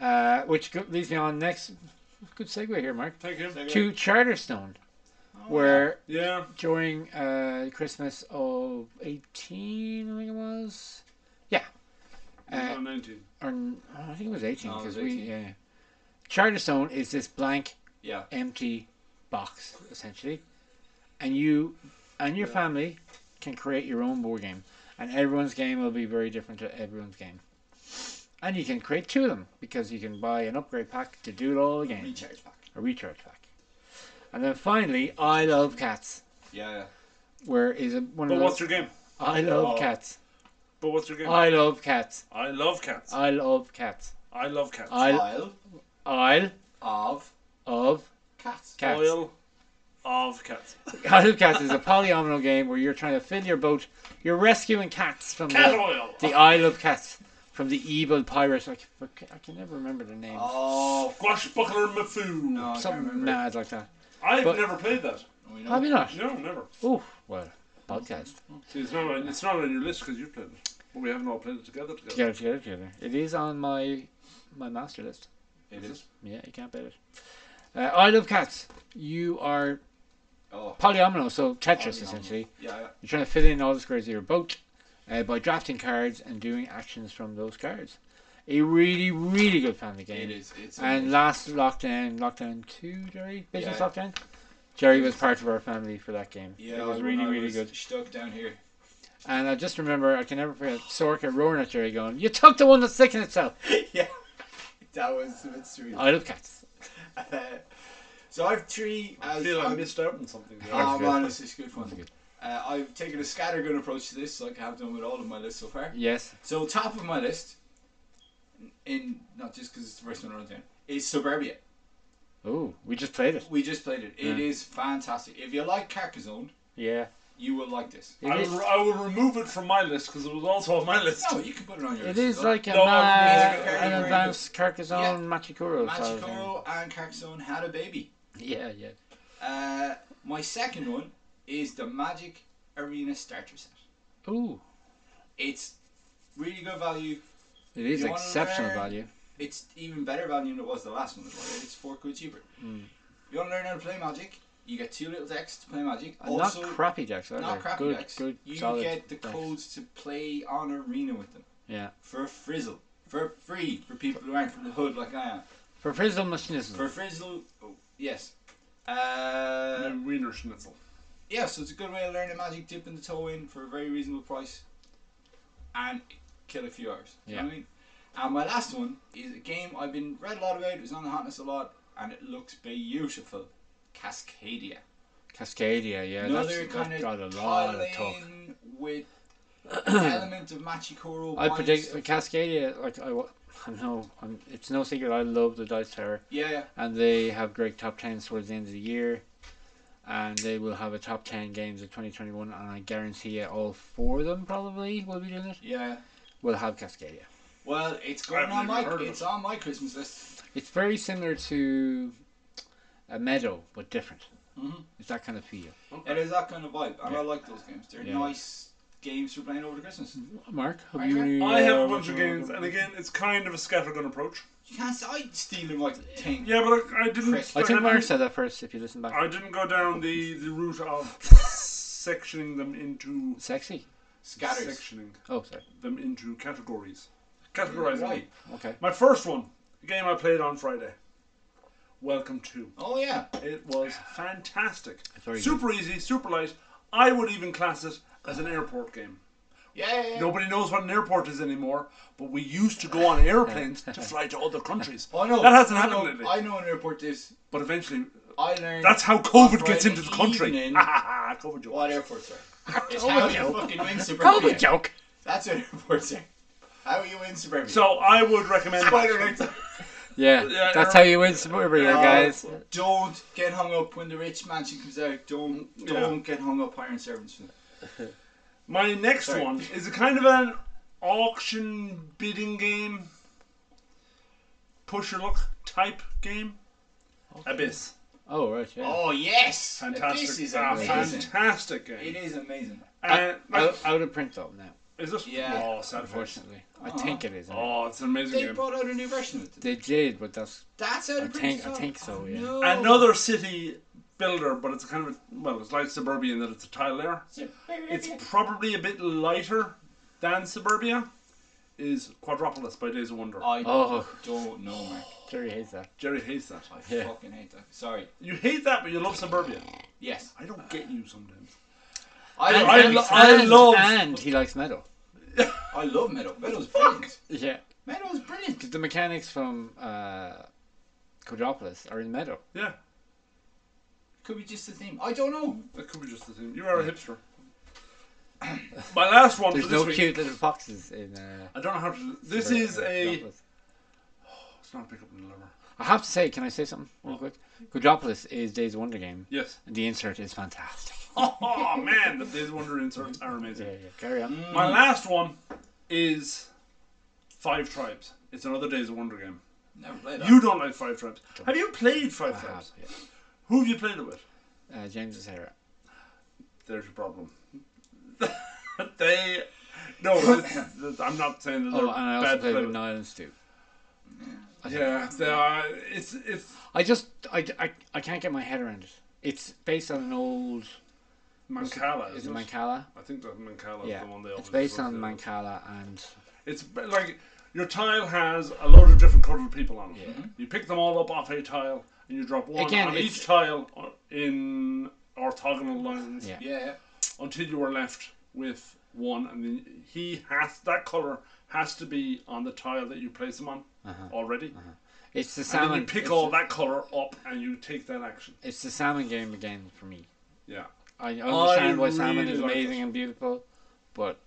Speaker 1: Uh, which go- leads me on next. Good segue here, Mark.
Speaker 2: Thank you.
Speaker 1: To Charterstone, where
Speaker 2: Oh, Yeah.
Speaker 1: during uh, Christmas of 18, I think it was. Yeah. Uh,
Speaker 2: no, 19.
Speaker 1: or, n- oh, I think it was 18
Speaker 3: No, it was
Speaker 1: because we,
Speaker 3: 18.
Speaker 1: yeah. Charterstone is this blank,
Speaker 3: Yeah.
Speaker 1: empty box, essentially. And you and your family can create your own board game. And everyone's game will be very different to everyone's game. And you can create two of them because you can buy an upgrade pack to do it all again.
Speaker 3: Recharge pack.
Speaker 1: A recharge pack. And then finally, I Love Cats,
Speaker 3: Yeah, yeah.
Speaker 1: where is it one
Speaker 2: But
Speaker 1: of
Speaker 2: what's
Speaker 1: those.
Speaker 2: your game?
Speaker 1: I Love
Speaker 3: Oh.
Speaker 1: Cats.
Speaker 2: But what's your game? I,
Speaker 1: I Love Cats.
Speaker 2: love cats. I,
Speaker 1: I Love Cats.
Speaker 2: love cats.
Speaker 1: I
Speaker 3: Isle
Speaker 1: Isle
Speaker 3: of
Speaker 1: of
Speaker 3: cats.
Speaker 1: Cats.
Speaker 2: Oil of cats.
Speaker 1: Isle of Cats is a polyomino game where you're trying to fill your boat. You're rescuing cats from
Speaker 2: Cat
Speaker 1: the,
Speaker 2: oil.
Speaker 1: the Isle of Cats from the evil pirates. I can, I can never remember the name.
Speaker 3: Oh,
Speaker 2: Squashbuckler Mafoo.
Speaker 3: no, I can't
Speaker 1: Something
Speaker 3: remember.
Speaker 1: mad like that.
Speaker 2: I've
Speaker 1: But-
Speaker 2: never played that.
Speaker 3: We
Speaker 1: Have you
Speaker 3: know.
Speaker 1: not?
Speaker 2: No, never.
Speaker 1: Oh, well, podcast.
Speaker 2: See, it's not on, it's not on your list because you played it, but we haven't all played it together. Together.
Speaker 1: Together, together, together. It is on my my master list.
Speaker 3: It is.
Speaker 1: Yeah, you can't bet it. Uh, I love cats. You are
Speaker 3: Oh,
Speaker 1: polyomino, so Tetris
Speaker 3: Polyomino.
Speaker 1: essentially.
Speaker 3: yeah, yeah.
Speaker 1: You're trying to fill in all the squares of your boat uh, by drafting cards and doing actions from those cards. A really, really good family game.
Speaker 3: It is. It's
Speaker 1: And
Speaker 3: amazing.
Speaker 1: last lockdown, lockdown two, Jerry, business
Speaker 3: Yeah.
Speaker 1: lockdown. Jerry was part of our family for that game.
Speaker 3: yeah,
Speaker 1: it was
Speaker 3: I-
Speaker 1: really,
Speaker 3: I
Speaker 1: really
Speaker 3: was
Speaker 1: good.
Speaker 3: Stuck down here.
Speaker 1: And I just remember, I can never forget Sorka roaring at Jerry, going, "You took the one that's sticking itself."
Speaker 3: yeah, that was a bit surreal.
Speaker 1: I love cats.
Speaker 3: so I have three.
Speaker 2: I
Speaker 3: as
Speaker 2: feel I
Speaker 3: I'm-
Speaker 2: missed out on something. There.
Speaker 3: Oh
Speaker 1: good.
Speaker 3: man, this is good fun.
Speaker 1: That's good.
Speaker 3: Uh, I've taken a scattergun approach to this, like I have done with all of my lists so far.
Speaker 1: Yes.
Speaker 3: So top of my list, in not just because it's the first one I wrote down, is Suburbia.
Speaker 1: Oh, we just played it.
Speaker 3: We just played it. It is
Speaker 1: Yeah.
Speaker 3: fantastic. If you like Carcassonne,
Speaker 1: Yeah.
Speaker 3: you will like this.
Speaker 1: It
Speaker 2: I,
Speaker 1: is-
Speaker 2: will, I will remove it from my list because it was also on my list.
Speaker 3: No, you can put it on your
Speaker 1: It
Speaker 3: list.
Speaker 1: is
Speaker 3: as well.
Speaker 1: like a
Speaker 2: No,
Speaker 1: ma-
Speaker 3: it's very,
Speaker 1: an
Speaker 3: very
Speaker 1: advanced Carcassonne
Speaker 3: Yeah.
Speaker 1: Machikoro. style thing.
Speaker 3: Machikoro and Carcassonne had a baby.
Speaker 1: Yeah, yeah.
Speaker 3: Uh, my second one is the Magic Arena Starter Set.
Speaker 1: Ooh,
Speaker 3: It's really good value.
Speaker 1: it is
Speaker 3: You wanna
Speaker 1: exceptional
Speaker 3: learn-
Speaker 1: value.
Speaker 3: It's even better value than it was the last one. as well. It's four quid cheaper.
Speaker 1: Hmm.
Speaker 3: You want to learn how to play Magic? You get two little decks to play Magic.
Speaker 1: And
Speaker 3: also,
Speaker 1: Uh, not crappy decks either.
Speaker 3: not crappy
Speaker 1: good,
Speaker 3: decks.
Speaker 1: good,
Speaker 3: you
Speaker 1: solid
Speaker 3: get the
Speaker 1: decks.
Speaker 3: codes to play on Arena with them
Speaker 1: Yeah.
Speaker 3: for frizzle, for free for people who aren't from the hood like I am.
Speaker 1: For Frizzle Mushnism.
Speaker 3: For frizzle, oh, yes. Uh,
Speaker 2: Um, Wiener Schnitzel.
Speaker 3: yeah, so it's a good way of learning Magic, dipping the toe in for a very reasonable price, and kill a few hours. You know what I mean? And my last one is a game I've been read a lot about. It was on the hotness a lot, and it looks beautiful. Cascadia.
Speaker 1: Cascadia, yeah. That's,
Speaker 3: Another
Speaker 1: that's
Speaker 3: kind of
Speaker 1: got a lot of talk.
Speaker 3: with an element of Machikoro.
Speaker 1: I
Speaker 3: wine
Speaker 1: predict
Speaker 3: stuff.
Speaker 1: Cascadia, like, I, wa- I know, I'm, it's no secret, I love the Dice Tower.
Speaker 3: Yeah, yeah.
Speaker 1: and they have great top 10s towards the end of the year and they will have a top 10 games of 2021 and i guarantee you all four of them probably will be doing it
Speaker 3: Yeah.
Speaker 1: will have cascadia
Speaker 3: Well, it's going
Speaker 2: never
Speaker 3: on my
Speaker 2: heard of
Speaker 3: it's on my Christmas list.
Speaker 1: it's very similar to a meadow but different
Speaker 3: Mhm.
Speaker 1: it's that kind of feel
Speaker 3: It is that kind of vibe, and
Speaker 1: Yeah.
Speaker 3: I like those games. They're
Speaker 1: Yeah.
Speaker 3: nice games for playing over the Christmas.
Speaker 1: mark have
Speaker 3: Mark,
Speaker 1: you
Speaker 3: Mark?
Speaker 1: any,
Speaker 2: I have
Speaker 1: uh,
Speaker 2: a bunch of
Speaker 1: working
Speaker 2: games,
Speaker 1: on-
Speaker 2: and again, it's kind of a scattergun approach.
Speaker 3: You can't. s- I steal my thing.
Speaker 2: Yeah, but I, I didn't.
Speaker 3: Chris.
Speaker 1: i think
Speaker 2: didn't-
Speaker 1: mark said that first if you listen back
Speaker 2: I didn't go down the, the route of sectioning them into
Speaker 1: sexy
Speaker 3: Scatters.
Speaker 2: sectioning
Speaker 1: oh sorry
Speaker 2: them into categories. Categorizing.
Speaker 3: Right.
Speaker 1: okay
Speaker 2: My first one, a game I played on Friday. Welcome to.
Speaker 3: Oh yeah.
Speaker 2: It was fantastic.
Speaker 1: very
Speaker 2: super easy, super light. I would even class it as an airport game.
Speaker 3: Yeah. yeah, yeah.
Speaker 2: Nobody knows what an airport is anymore, but we used to go on airplanes to fly to other countries.
Speaker 3: Oh no.
Speaker 2: That hasn't
Speaker 3: I
Speaker 2: happened
Speaker 3: know-
Speaker 2: lately.
Speaker 3: I know an airport is.
Speaker 2: But eventually,
Speaker 3: I learned.
Speaker 2: that's how COVID
Speaker 3: on
Speaker 2: gets
Speaker 3: Friday
Speaker 2: into the country.
Speaker 3: evening
Speaker 2: COVID joke.
Speaker 3: What airports are? It's
Speaker 1: Oh,
Speaker 3: how
Speaker 1: I
Speaker 3: you
Speaker 1: know.
Speaker 3: fucking win
Speaker 1: probably
Speaker 3: suburbia.
Speaker 1: joke
Speaker 3: That's what airports are. How you win suburbia.
Speaker 2: So I would recommend.
Speaker 3: Spider Nick.
Speaker 1: yeah,
Speaker 2: Yeah,
Speaker 1: that's
Speaker 2: er-
Speaker 1: how you win suburbia
Speaker 3: Oh.
Speaker 1: guys
Speaker 3: Don't get hung up when the rich mansion comes out. Don't don't get hung up hiring servants for that.
Speaker 2: My next
Speaker 3: Sorry.
Speaker 2: one is a kind of an auction bidding game, push your luck type game. Abyss,
Speaker 1: oh right yeah
Speaker 3: Oh yes,
Speaker 2: fantastic,
Speaker 3: This is
Speaker 2: ah,
Speaker 3: amazing.
Speaker 2: fantastic game.
Speaker 3: It is amazing.
Speaker 2: Uh,
Speaker 1: out, out of print though now
Speaker 2: is it?
Speaker 3: Yeah.
Speaker 2: Oh, sad face.
Speaker 1: unfortunately i think it is anyway.
Speaker 2: Oh, it's an amazing
Speaker 3: They
Speaker 2: game.
Speaker 3: brought out a new version of it.
Speaker 1: They did, but that's
Speaker 3: That's out
Speaker 1: I
Speaker 3: of
Speaker 1: think-
Speaker 3: print. as
Speaker 1: I
Speaker 3: well.
Speaker 1: think so,
Speaker 3: Oh,
Speaker 1: yeah.
Speaker 3: No.
Speaker 2: Another city builder, but it's kind of a, well, it's like suburbia in that it's a tile layer. It's probably a bit lighter than suburbia. Is Quadropolis by Days of Wonder?
Speaker 3: I
Speaker 1: Oh.
Speaker 3: don't know, Mark.
Speaker 1: Jerry hates that.
Speaker 2: Jerry hates that.
Speaker 3: I
Speaker 1: Yeah.
Speaker 3: fucking hate that. Sorry.
Speaker 2: You hate that, but you love suburbia.
Speaker 3: Yes.
Speaker 2: I don't get you sometimes.
Speaker 3: I
Speaker 2: And-
Speaker 3: love,
Speaker 2: I
Speaker 3: I,
Speaker 2: lo- I love-
Speaker 1: and he likes metal.
Speaker 3: love metal. Metal's brilliant.
Speaker 1: Yeah,
Speaker 3: Meadow is brilliant.
Speaker 1: Because the mechanics from uh, Quadropolis are in Meadow.
Speaker 2: Yeah,
Speaker 3: Could be just the theme. I don't know.
Speaker 2: that could be just the thing. You are a hipster. My last one
Speaker 1: There's
Speaker 2: for this
Speaker 1: no
Speaker 2: week.
Speaker 1: cute little foxes in. Uh,
Speaker 2: I don't know how to. This
Speaker 1: for,
Speaker 2: is
Speaker 1: uh,
Speaker 2: a.
Speaker 1: Quadropolis.
Speaker 2: It's not a pickup and deliver.
Speaker 1: I have to say, can I say something real quick? Quadropolis is Days of Wonder game.
Speaker 2: Yes.
Speaker 1: The insert is fantastic.
Speaker 2: Oh man, the Days of Wonder inserts are amazing.
Speaker 1: Yeah, yeah. Carry on.
Speaker 2: My last one is Five Tribes. It's another Days of Wonder game.
Speaker 3: Never played that.
Speaker 2: You don't like Five Tribes. Have you played Five
Speaker 1: I have,
Speaker 2: Tribes?
Speaker 1: yeah.
Speaker 2: Who have you played it with?
Speaker 1: Uh, James and Sarah.
Speaker 2: There's your problem. they. No, it's, it's- I'm not saying that they're
Speaker 1: Oh, and I also
Speaker 2: bad
Speaker 1: played with
Speaker 2: players.
Speaker 1: Niall and Stu.
Speaker 2: Yeah, they are. It's it's
Speaker 1: I just, I, I, I can't get my head around it. It's based on an old,
Speaker 2: Mancala.
Speaker 1: is it
Speaker 2: isn't it?
Speaker 1: Mancala?
Speaker 2: I think that Mancala is
Speaker 1: Yeah,
Speaker 2: the one they
Speaker 1: it's
Speaker 2: always
Speaker 1: based
Speaker 2: refer
Speaker 1: on
Speaker 2: to.
Speaker 1: Mancala and
Speaker 2: It's b- like your tile has a load of different coloured people on it.
Speaker 1: Yeah. Mm-hmm.
Speaker 2: You pick them all up off a tile, and you drop one
Speaker 1: Again,
Speaker 2: on
Speaker 1: it's-
Speaker 2: each tile o- in orthogonal lines
Speaker 1: Yeah.
Speaker 3: Yeah, yeah.
Speaker 2: until you are left with one, and then he has that colour has to be on the tile that you place them on
Speaker 1: Uh-huh.
Speaker 2: already.
Speaker 1: it's the
Speaker 2: And
Speaker 1: salmon.
Speaker 2: then you pick
Speaker 1: it's,
Speaker 2: all that colour up, and you take that action.
Speaker 1: It's the salmon game again for me.
Speaker 2: Yeah.
Speaker 1: I understand why salmon
Speaker 2: Oh, really
Speaker 1: is
Speaker 2: like
Speaker 1: amazing
Speaker 2: it. Mm.
Speaker 1: and beautiful, but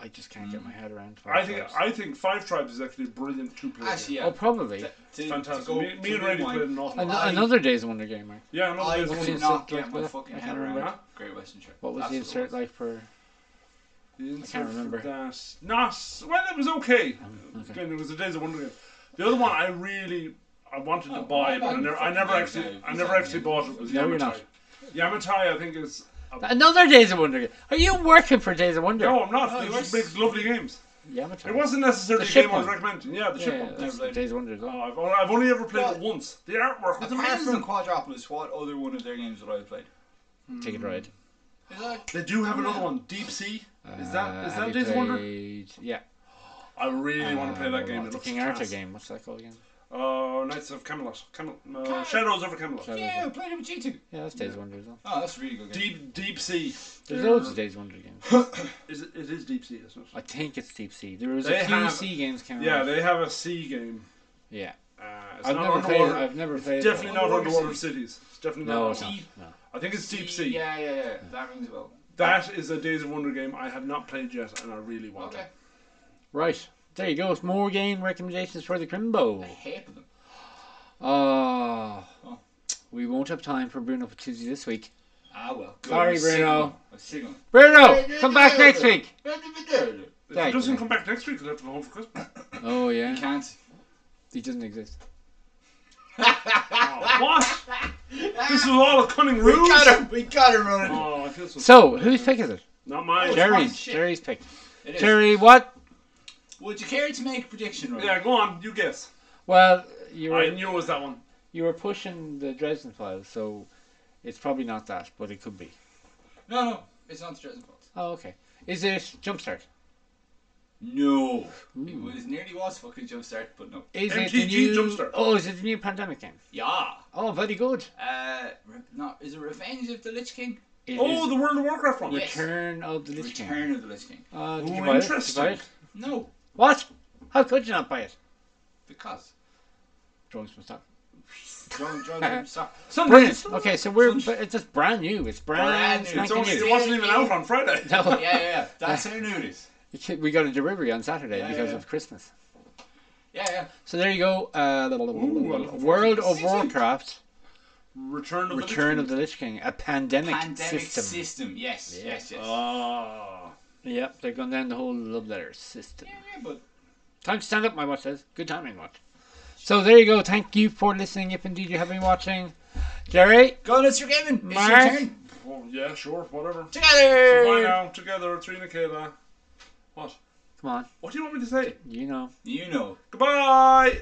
Speaker 1: I just can't get my head around.
Speaker 2: I think
Speaker 1: Firefox.
Speaker 2: I think Five Tribes is actually a brilliant two player.
Speaker 3: Actually, yeah.
Speaker 1: oh, probably.
Speaker 3: To- to-
Speaker 2: Fantastic.
Speaker 3: to go-
Speaker 2: me, me
Speaker 3: to
Speaker 2: and Randy
Speaker 3: rewind,
Speaker 2: played an awful
Speaker 1: An-
Speaker 2: lot.
Speaker 3: I-
Speaker 1: another Days of Wonder gamer.
Speaker 2: Yeah, another
Speaker 3: I
Speaker 2: day's one.
Speaker 3: could
Speaker 1: insert
Speaker 3: not
Speaker 1: like
Speaker 3: get my
Speaker 1: that?
Speaker 3: fucking
Speaker 1: I
Speaker 3: head
Speaker 1: can't
Speaker 3: around
Speaker 1: remember.
Speaker 3: it. Great Western Trail.
Speaker 1: What was
Speaker 3: That's
Speaker 1: the
Speaker 3: it
Speaker 1: insert
Speaker 3: was.
Speaker 1: like for?
Speaker 2: The insert
Speaker 1: can't remember. Um,
Speaker 2: For that. Nas. Well, it was okay. Again, it was the Days of Wonder game. The other one I really I wanted to
Speaker 3: Oh,
Speaker 2: buy,
Speaker 3: I
Speaker 2: but I
Speaker 3: like
Speaker 2: never, I
Speaker 3: fucking
Speaker 2: never
Speaker 3: Dave
Speaker 2: actually,
Speaker 3: Dave.
Speaker 2: I
Speaker 3: He's
Speaker 2: never
Speaker 3: on
Speaker 2: actually
Speaker 3: the
Speaker 2: bought it. Was
Speaker 1: No, you're
Speaker 2: Yamatai. Yamatai, I think is. A,
Speaker 1: Another Days of Wonder game. Are you working for Days of Wonder?
Speaker 2: no, oh, I'm not.
Speaker 3: No,
Speaker 2: it
Speaker 3: it
Speaker 2: just
Speaker 3: was-
Speaker 2: makes lovely games.
Speaker 1: Yeah, I'm a try.
Speaker 2: It wasn't necessarily
Speaker 1: The
Speaker 2: a
Speaker 1: ship
Speaker 2: game I was
Speaker 1: one.
Speaker 2: recommending. Yeah, the
Speaker 1: Yeah,
Speaker 2: ship
Speaker 1: yeah,
Speaker 2: one.
Speaker 1: that's
Speaker 3: Never played
Speaker 1: Days of Wonder as
Speaker 2: Oh,
Speaker 1: well.
Speaker 2: I've, only- I've only ever played it
Speaker 3: Well,
Speaker 2: only once. The artwork was
Speaker 3: Apart from
Speaker 2: awesome.
Speaker 3: Quadropolis, what other one of their games would I have played?
Speaker 2: Um,
Speaker 1: Ticket Ride. Uh,
Speaker 3: Is that
Speaker 2: They do have another one, Deep Sea. Is that is that Days of Wonder?
Speaker 1: Yeah.
Speaker 2: I really want to play that game. It
Speaker 1: uh, The
Speaker 2: looks
Speaker 1: King Arthur
Speaker 2: class.
Speaker 1: game. What's that called again?
Speaker 2: Uh, Knights of Camelot. Camel- uh, Shadows over Camelot.
Speaker 1: Shadow-
Speaker 3: Yeah, I played it with you two.
Speaker 1: Yeah, that's Days of Wonder as well.
Speaker 3: Oh, that's a really good game.
Speaker 2: Deep Deep Sea.
Speaker 1: There's
Speaker 2: They're-
Speaker 1: loads of Days of Wonder games.
Speaker 2: Is it, it is deep sea, isn't it?
Speaker 1: I think it's Deep Sea. There was
Speaker 2: They
Speaker 1: a few
Speaker 2: have-
Speaker 1: sea games came
Speaker 2: yeah,
Speaker 1: out.
Speaker 2: they have a sea game.
Speaker 1: yeah.
Speaker 2: Uh, it's
Speaker 1: I've
Speaker 2: not
Speaker 1: never played.
Speaker 2: underwater.
Speaker 1: it. I've never played. it.
Speaker 2: definitely not
Speaker 3: Underwater
Speaker 2: underwater cities. It's definitely
Speaker 1: No,
Speaker 2: not.
Speaker 1: it's not.
Speaker 2: Sea-
Speaker 1: No.
Speaker 2: I think it's deep sea.
Speaker 3: Yeah, yeah, yeah. That rings a bell.
Speaker 2: That is a Days of Wonder game I have not played yet, and I really want
Speaker 3: Okay.
Speaker 1: Right. There you go. It's more game recommendations for the
Speaker 3: I
Speaker 1: Crimbo.
Speaker 3: hate them.
Speaker 1: Oh.
Speaker 3: Oh.
Speaker 1: We won't have time for Bruno Patuzzi this week.
Speaker 3: Ah, well. Good.
Speaker 1: Sorry,
Speaker 3: I was sick of
Speaker 1: Bruno.
Speaker 3: them. I was sick of them.
Speaker 1: Bruno, come back next week.
Speaker 2: it. If
Speaker 1: Thank
Speaker 2: it doesn't
Speaker 1: you.
Speaker 2: come back next week, I'll have to go home for Christmas.
Speaker 1: Oh
Speaker 3: You
Speaker 1: yeah,
Speaker 3: can't.
Speaker 1: he doesn't exist.
Speaker 2: Oh, what? This is all a cunning ruse.
Speaker 3: We gotta, we gotta run it.
Speaker 2: Oh, I feel so.
Speaker 1: So, whose pick is it?
Speaker 2: not mine.
Speaker 3: Sure.
Speaker 1: Jerry's.
Speaker 3: shit.
Speaker 1: Jerry's pick.
Speaker 3: it is.
Speaker 1: Jerry, what?
Speaker 3: Would you care to make a prediction, right?
Speaker 2: Yeah, go on. You guess.
Speaker 1: Well, you
Speaker 2: I
Speaker 1: were
Speaker 2: knew it was that one.
Speaker 1: you were pushing the Dresden Files, so it's probably not that, but it could be.
Speaker 3: No, no. It's not the Dresden Files.
Speaker 1: Oh, okay. Is it Jumpstart?
Speaker 3: No. It was nearly was fucking Jumpstart, but no.
Speaker 1: Is it the
Speaker 2: MTG
Speaker 1: new
Speaker 2: Jumpstart.
Speaker 1: Oh, is it the new pandemic game?
Speaker 3: Yeah.
Speaker 1: Oh, very good.
Speaker 3: Uh, re- not, is it Revenge of the Lich King?
Speaker 1: It
Speaker 2: Oh,
Speaker 1: is
Speaker 2: the World of Warcraft one.
Speaker 3: Yeah.
Speaker 1: Return of the Lich King.
Speaker 3: Return of the Lich King.
Speaker 1: Uh, did
Speaker 2: Ooh,
Speaker 1: you buy it? Did you buy
Speaker 2: interesting.
Speaker 1: it?
Speaker 3: No,
Speaker 1: What? How could you not buy it?
Speaker 3: because.
Speaker 1: Drones from Star.
Speaker 3: John, John, stop.
Speaker 2: Some
Speaker 1: Brilliant.
Speaker 2: days-
Speaker 1: Okay, so we're but it's just brand new. It's brand,
Speaker 3: Brand new.
Speaker 2: It's
Speaker 1: spanking
Speaker 2: only,
Speaker 1: new.
Speaker 2: it wasn't even out on Friday.
Speaker 3: yeah, yeah, yeah. That's how new it is.
Speaker 1: You kid- We got a delivery on Saturday
Speaker 3: Yeah,
Speaker 1: because
Speaker 3: yeah.
Speaker 1: of Christmas.
Speaker 3: Yeah, yeah.
Speaker 1: So there you go. Uh,
Speaker 2: Ooh, I'm looking forward
Speaker 1: World
Speaker 2: to
Speaker 1: of
Speaker 2: this.
Speaker 1: Warcraft:
Speaker 2: Return of the
Speaker 1: Return
Speaker 2: Lich
Speaker 1: of the Lich King, a pandemic,
Speaker 3: Pandemic
Speaker 1: system.
Speaker 3: system. Yes,
Speaker 1: Yeah. Oh.
Speaker 3: yes, yes.
Speaker 2: Ah.
Speaker 1: Yep, they've gone down the whole love letter system.
Speaker 3: yeah, yeah, but
Speaker 1: Time to stand up, my watch says. Good timing, watch. So there you go. Thank you for listening. If indeed you have been watching, Jerry,
Speaker 3: go, let's your gaming. It's
Speaker 1: Mark.
Speaker 3: your turn.
Speaker 2: Well, yeah, sure, whatever.
Speaker 3: Together.
Speaker 2: Bye now, together, Trina Kayla. What?
Speaker 1: come on,
Speaker 2: What do you want me to say?
Speaker 1: you know.
Speaker 3: You know.
Speaker 2: Goodbye!